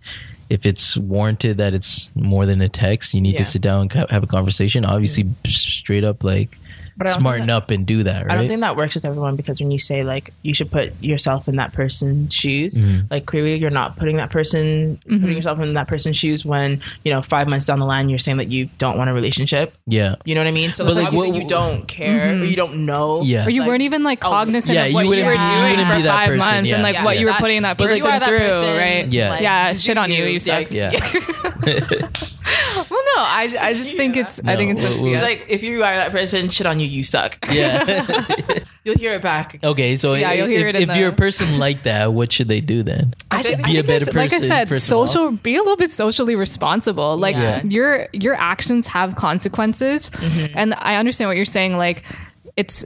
Speaker 1: if it's warranted that it's more than a text you need
Speaker 3: Yeah. Mm-hmm.
Speaker 1: to sit down and co- have a conversation obviously b- straight up like
Speaker 3: But I don't think
Speaker 1: smarten
Speaker 3: that-
Speaker 1: up and do that right
Speaker 3: I don't think that works with everyone because when you say like you should put yourself in that person's shoes,
Speaker 1: Mm-hmm.
Speaker 3: like clearly you're not putting that person
Speaker 2: Mm-hmm.
Speaker 3: putting yourself in that person's shoes when you know five months down the line you're saying that you don't want a relationship.
Speaker 1: yeah
Speaker 3: You know what I mean? So
Speaker 1: But,
Speaker 3: like,
Speaker 1: like,
Speaker 3: obviously
Speaker 1: what-
Speaker 3: you don't care,
Speaker 2: Mm-hmm.
Speaker 3: or you don't know.
Speaker 1: Yeah.
Speaker 2: or you
Speaker 3: like-
Speaker 2: weren't even like
Speaker 3: Oh,
Speaker 2: cognizant
Speaker 1: yeah,
Speaker 2: of what
Speaker 1: you
Speaker 2: you,
Speaker 1: wouldn't-
Speaker 2: were
Speaker 1: you
Speaker 2: doing
Speaker 1: wouldn't
Speaker 2: for
Speaker 1: be that
Speaker 2: five
Speaker 1: person,
Speaker 2: months
Speaker 1: yeah.
Speaker 2: and like
Speaker 1: Yeah.
Speaker 2: what you were
Speaker 3: that-
Speaker 2: putting that
Speaker 3: but, like,
Speaker 2: person
Speaker 3: you are that
Speaker 2: through,
Speaker 3: person,
Speaker 2: right?
Speaker 1: Yeah.
Speaker 3: like,
Speaker 2: yeah,
Speaker 3: do
Speaker 2: shit on you, you suck.
Speaker 3: Like,
Speaker 1: yeah
Speaker 2: Well, no, I, I just think it's I think it's
Speaker 1: No, we'll-
Speaker 2: yeah.
Speaker 3: Like if you are that person, shit on you, you suck.
Speaker 1: yeah
Speaker 3: You'll hear it back.
Speaker 1: okay so
Speaker 2: Yeah,
Speaker 1: i-
Speaker 2: you'll hear
Speaker 1: if,
Speaker 2: it in
Speaker 1: if you're a
Speaker 2: the-
Speaker 1: person like that what should they do then
Speaker 2: I
Speaker 3: think-
Speaker 2: think,
Speaker 1: Be a better
Speaker 2: it's- Like I
Speaker 1: person,
Speaker 2: said,
Speaker 1: first of all.
Speaker 2: social. Be a little bit socially responsible. Like
Speaker 3: Yeah.
Speaker 2: your your actions have consequences,
Speaker 1: Mm-hmm.
Speaker 2: and I understand what you're saying. Like it's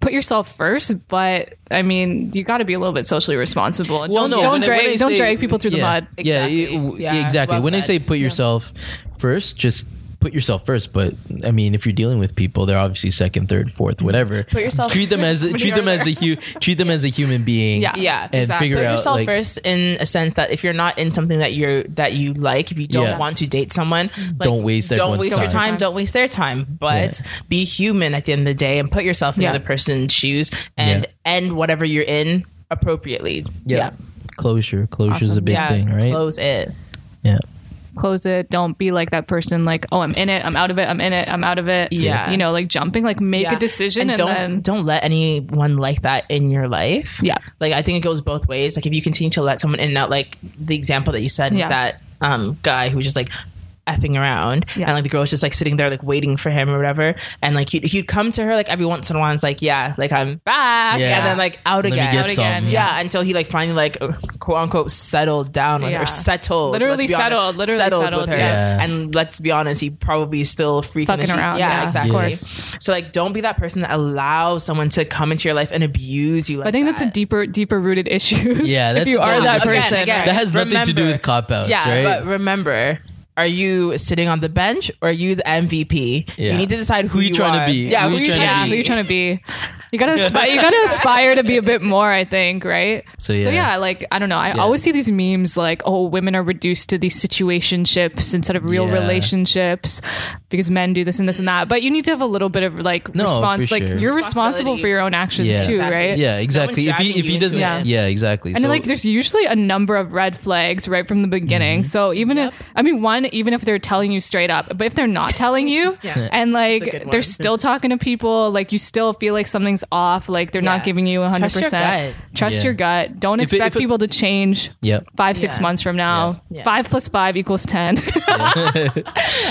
Speaker 2: put yourself first, but I mean you got to be a little bit socially responsible. And
Speaker 1: Well,
Speaker 2: don't
Speaker 1: no, when
Speaker 2: don't
Speaker 1: I- when I
Speaker 2: drag don't
Speaker 1: say-
Speaker 2: drag people through
Speaker 1: yeah.
Speaker 2: the mud.
Speaker 1: Yeah,
Speaker 3: Exactly.
Speaker 1: it- w-
Speaker 3: Yeah,
Speaker 1: exactly.
Speaker 3: well
Speaker 1: when I
Speaker 3: said.
Speaker 1: say put yourself first, just put yourself first. But I mean, if you're dealing with people, they're obviously second, third, fourth, whatever.
Speaker 3: Put yourself-
Speaker 1: treat them as treat them as a hu- treat them as a human being.
Speaker 2: Yeah.
Speaker 3: Yeah,
Speaker 1: and
Speaker 2: exactly.
Speaker 1: figure
Speaker 3: put
Speaker 1: out
Speaker 3: yourself
Speaker 1: like,
Speaker 3: first in a sense that if you're not in something that you're that you like, if you don't
Speaker 1: Yeah.
Speaker 3: want to date someone, like,
Speaker 1: Don't waste
Speaker 3: don't
Speaker 1: everyone's
Speaker 3: waste your
Speaker 1: time.
Speaker 3: time, don't waste their time. But be human at the end of the day and put yourself in
Speaker 2: Yeah.
Speaker 3: the other person's shoes and end whatever you're in appropriately.
Speaker 1: yeah.
Speaker 2: Yeah.
Speaker 1: Closure, closure is a
Speaker 2: Awesome.
Speaker 1: big
Speaker 3: yeah,
Speaker 1: thing, right?
Speaker 3: close it.
Speaker 1: yeah,
Speaker 2: Close it. Don't be like that person. Like oh, I'm in it. I'm out of it. I'm in it. I'm out of it.
Speaker 3: Yeah.
Speaker 2: you know, like jumping. Like make
Speaker 3: Yeah.
Speaker 2: a decision and,
Speaker 3: don't
Speaker 2: then
Speaker 3: don't let anyone like that in your life.
Speaker 2: Yeah.
Speaker 3: like I think it goes both ways. Like if you continue to let someone in and out, like the example that you said,
Speaker 2: Yeah.
Speaker 3: that um, guy who was just like effing around,
Speaker 2: Yeah.
Speaker 3: and like the girl was just like sitting there like waiting for him or whatever, and like he'd, he'd come to her like every once in a while, and it's like yeah, like I'm back,
Speaker 1: Yeah.
Speaker 3: and then like out
Speaker 1: Let me
Speaker 3: again,
Speaker 1: get
Speaker 2: Out
Speaker 1: some.
Speaker 2: again,
Speaker 1: Yeah.
Speaker 3: yeah, until he like finally like quote unquote settled down with
Speaker 2: Yeah.
Speaker 3: her, settled,
Speaker 2: Literally
Speaker 3: let's be honest,
Speaker 2: settled, literally settled,
Speaker 3: with her.
Speaker 1: yeah.
Speaker 3: And let's be honest, he probably is still freaking
Speaker 2: Fucking
Speaker 3: the shit-
Speaker 2: around,
Speaker 3: Yeah,
Speaker 2: yeah, of
Speaker 3: exactly.
Speaker 2: course.
Speaker 3: So like, don't be that person that allows someone to come into your life and abuse you. Like
Speaker 2: I think that's a
Speaker 3: that.
Speaker 2: deeper, deeper rooted issues.
Speaker 1: Yeah,
Speaker 2: if
Speaker 1: that's-
Speaker 2: you are
Speaker 1: yeah,
Speaker 2: that
Speaker 1: again,
Speaker 2: person,
Speaker 3: again,
Speaker 2: right?
Speaker 1: that has nothing to do
Speaker 3: Remember-
Speaker 1: with cop outs,
Speaker 3: Yeah,
Speaker 1: right?
Speaker 3: but remember, are you sitting on the bench or are you the MVP?
Speaker 1: Yeah.
Speaker 3: You need to decide who,
Speaker 1: Who you trying to
Speaker 3: are.
Speaker 1: be?
Speaker 3: Yeah, who, you trying,
Speaker 2: yeah,
Speaker 3: to
Speaker 2: who
Speaker 3: be?
Speaker 2: you trying to be? You gotta aspire. You gotta aspire to be a bit more. I think, right?
Speaker 1: So, yeah.
Speaker 2: like I don't know. I always see these memes like, "Oh, women are reduced to these situationships instead of real
Speaker 1: Yeah.
Speaker 2: relationships because men do this and this and that." But you need to have a little bit of like
Speaker 1: No,
Speaker 2: response.
Speaker 1: for
Speaker 2: Like
Speaker 1: sure.
Speaker 2: you're responsible
Speaker 3: Responsibility.
Speaker 2: for your own actions
Speaker 1: Yeah.
Speaker 2: too,
Speaker 3: Exactly.
Speaker 2: right?
Speaker 1: yeah, exactly. If
Speaker 3: dragging
Speaker 1: he if
Speaker 3: you
Speaker 1: he
Speaker 3: into
Speaker 1: doesn't, yeah,
Speaker 2: it.
Speaker 1: exactly.
Speaker 2: And
Speaker 1: so,
Speaker 2: like, there's usually a number of red flags right from the beginning.
Speaker 1: Mm-hmm.
Speaker 2: So even if, I mean, one, even if they're telling you straight up, but if they're not telling you,
Speaker 3: Yeah.
Speaker 2: and
Speaker 3: That's a good
Speaker 2: like
Speaker 3: one.
Speaker 2: they're still talking to people, like you still feel like something's off, like they're
Speaker 3: Yeah.
Speaker 2: not giving you 100%.
Speaker 3: Trust your gut.
Speaker 2: Trust
Speaker 1: Yeah.
Speaker 2: your gut. Don't
Speaker 1: If it- if
Speaker 2: expect
Speaker 1: it-
Speaker 2: people to change
Speaker 1: yep.
Speaker 2: five, six
Speaker 3: Yeah.
Speaker 2: months from now.
Speaker 3: Yeah. Yeah.
Speaker 2: Five plus five equals 10.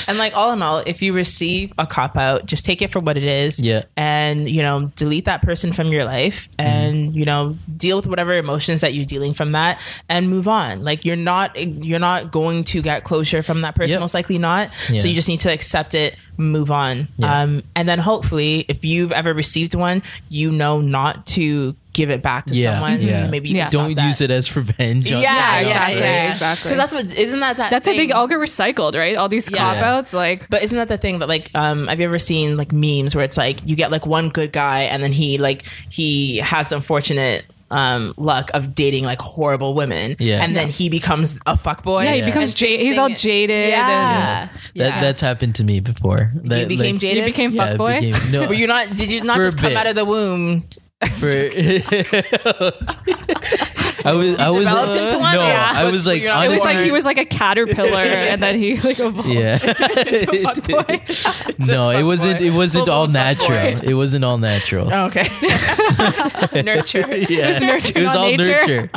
Speaker 3: And like all in all, if you receive a cop out, just take it for what it is.
Speaker 1: Yeah. Mm-hmm.
Speaker 3: And, you know, delete that person from your life and, you know, deal with whatever emotions that you're dealing from that and move on. Like you're not you're not going to get closure from that person,
Speaker 1: Yep.
Speaker 3: most likely not.
Speaker 1: Yeah.
Speaker 3: So you just need to accept it, move on.
Speaker 1: Yeah.
Speaker 3: Um and then hopefully if you've ever received one, you know not to give it back to
Speaker 1: Yeah,
Speaker 3: someone.
Speaker 1: yeah.
Speaker 3: Maybe you
Speaker 2: Yeah.
Speaker 3: can stop
Speaker 1: Don't
Speaker 3: that.
Speaker 1: use it as revenge.
Speaker 3: Yeah,
Speaker 1: on
Speaker 3: yeah,
Speaker 1: someone else,
Speaker 3: yeah,
Speaker 2: exactly, exactly.
Speaker 3: Because that's what isn't that that
Speaker 2: That's how they
Speaker 3: thing-
Speaker 2: all get recycled, right? All these
Speaker 3: Yeah.
Speaker 2: cop outs, like,
Speaker 3: But isn't that the thing that like um have you ever seen like memes where it's like you get like one good guy and then he like he has the unfortunate um luck of dating like horrible women.
Speaker 1: Yeah.
Speaker 3: And then he becomes a fuckboy.
Speaker 2: yeah, he
Speaker 1: Yeah.
Speaker 2: becomes
Speaker 3: And same
Speaker 2: jaded. He's all
Speaker 3: thing-
Speaker 2: jaded. And,
Speaker 3: Yeah.
Speaker 1: That,
Speaker 3: Yeah.
Speaker 1: That's happened to me before. That,
Speaker 3: you became
Speaker 1: like,
Speaker 3: jaded.
Speaker 2: You became
Speaker 1: yeah,
Speaker 2: fuckboy.
Speaker 1: became- no,
Speaker 3: were you not did you not
Speaker 1: For a
Speaker 3: just come
Speaker 1: bit.
Speaker 3: out of the womb?
Speaker 1: for I was, I was
Speaker 3: developed
Speaker 1: like,
Speaker 3: into one?
Speaker 1: no,
Speaker 3: Yeah.
Speaker 1: I was like,
Speaker 3: You're not
Speaker 2: It was like
Speaker 1: honestly-
Speaker 2: he was like a caterpillar, and then he like evolved.
Speaker 1: yeah. no, it
Speaker 3: fuck
Speaker 1: wasn't.
Speaker 3: boy.
Speaker 1: It wasn't
Speaker 3: Full
Speaker 1: all
Speaker 3: blown fuck
Speaker 1: natural. It wasn't all natural.
Speaker 3: Oh, okay. Nurture.
Speaker 1: Yeah.
Speaker 2: was nurture,
Speaker 1: It was
Speaker 2: not
Speaker 1: all
Speaker 2: nature.
Speaker 1: nurture.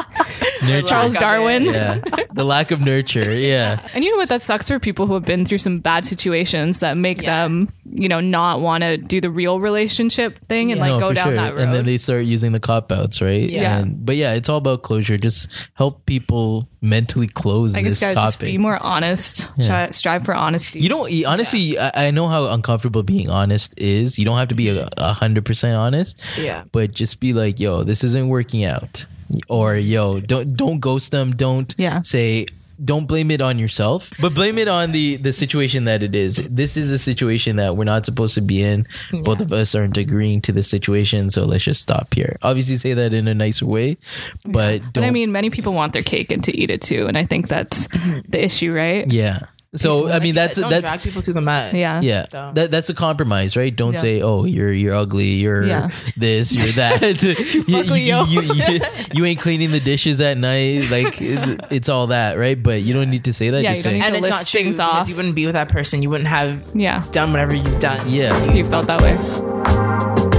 Speaker 1: nurture.
Speaker 2: Charles
Speaker 3: Lack of
Speaker 2: Darwin.
Speaker 3: it.
Speaker 1: Yeah. The lack of nurture. Yeah.
Speaker 2: And you know what? That sucks for people who have been through some bad situations that make
Speaker 3: Yeah.
Speaker 2: them, you know, not want to do the real relationship thing and
Speaker 3: Yeah.
Speaker 2: like
Speaker 1: no,
Speaker 2: go
Speaker 1: for
Speaker 2: down
Speaker 1: sure.
Speaker 2: that road.
Speaker 1: And then they start using the cop outs, right?
Speaker 3: Yeah.
Speaker 1: And, but yeah, it's all about closure. Just help people mentally close
Speaker 2: I
Speaker 1: this
Speaker 2: guess guys,
Speaker 1: topic.
Speaker 2: just be more honest. Try, strive for honesty.
Speaker 1: you don't you- honestly. I, I know how uncomfortable being honest is. You don't have to be a a hundred percent honest.
Speaker 3: Yeah.
Speaker 1: But just be like, yo, this isn't working out, or yo, don't don't ghost them. Don't
Speaker 2: Yeah.
Speaker 1: say. Don't blame it on yourself, but blame it on the the situation that it is. This is a situation that we're not supposed to be in. Both of us aren't agreeing to the situation, so let's just stop here. Obviously, say that in a nice way, but don't.
Speaker 2: But I mean, many people want their cake and to eat it too, and I think that's
Speaker 1: Mm-hmm.
Speaker 2: the issue, right?
Speaker 1: yeah. So Oh, I
Speaker 3: Like you
Speaker 1: mean, that's
Speaker 3: said, don't
Speaker 1: that's
Speaker 3: drag people to the mat.
Speaker 2: Yeah.
Speaker 1: yeah
Speaker 3: Dumb.
Speaker 1: that, that's a compromise right don't
Speaker 2: Yeah.
Speaker 1: say oh you're you're ugly you're
Speaker 2: Yeah.
Speaker 1: this you're that you,
Speaker 3: ugly, yo.
Speaker 1: you, you- you ain't cleaning the dishes at night like it- it's all that right but you don't need to say that
Speaker 2: Yeah,
Speaker 1: just
Speaker 2: you don't
Speaker 1: say
Speaker 2: need
Speaker 3: And
Speaker 2: to
Speaker 3: it's
Speaker 2: list
Speaker 3: not true
Speaker 2: things
Speaker 3: because
Speaker 2: off.
Speaker 3: you wouldn't be with that person. You wouldn't have
Speaker 2: Yeah.
Speaker 3: done whatever you've done.
Speaker 1: Yeah.
Speaker 2: You felt that way.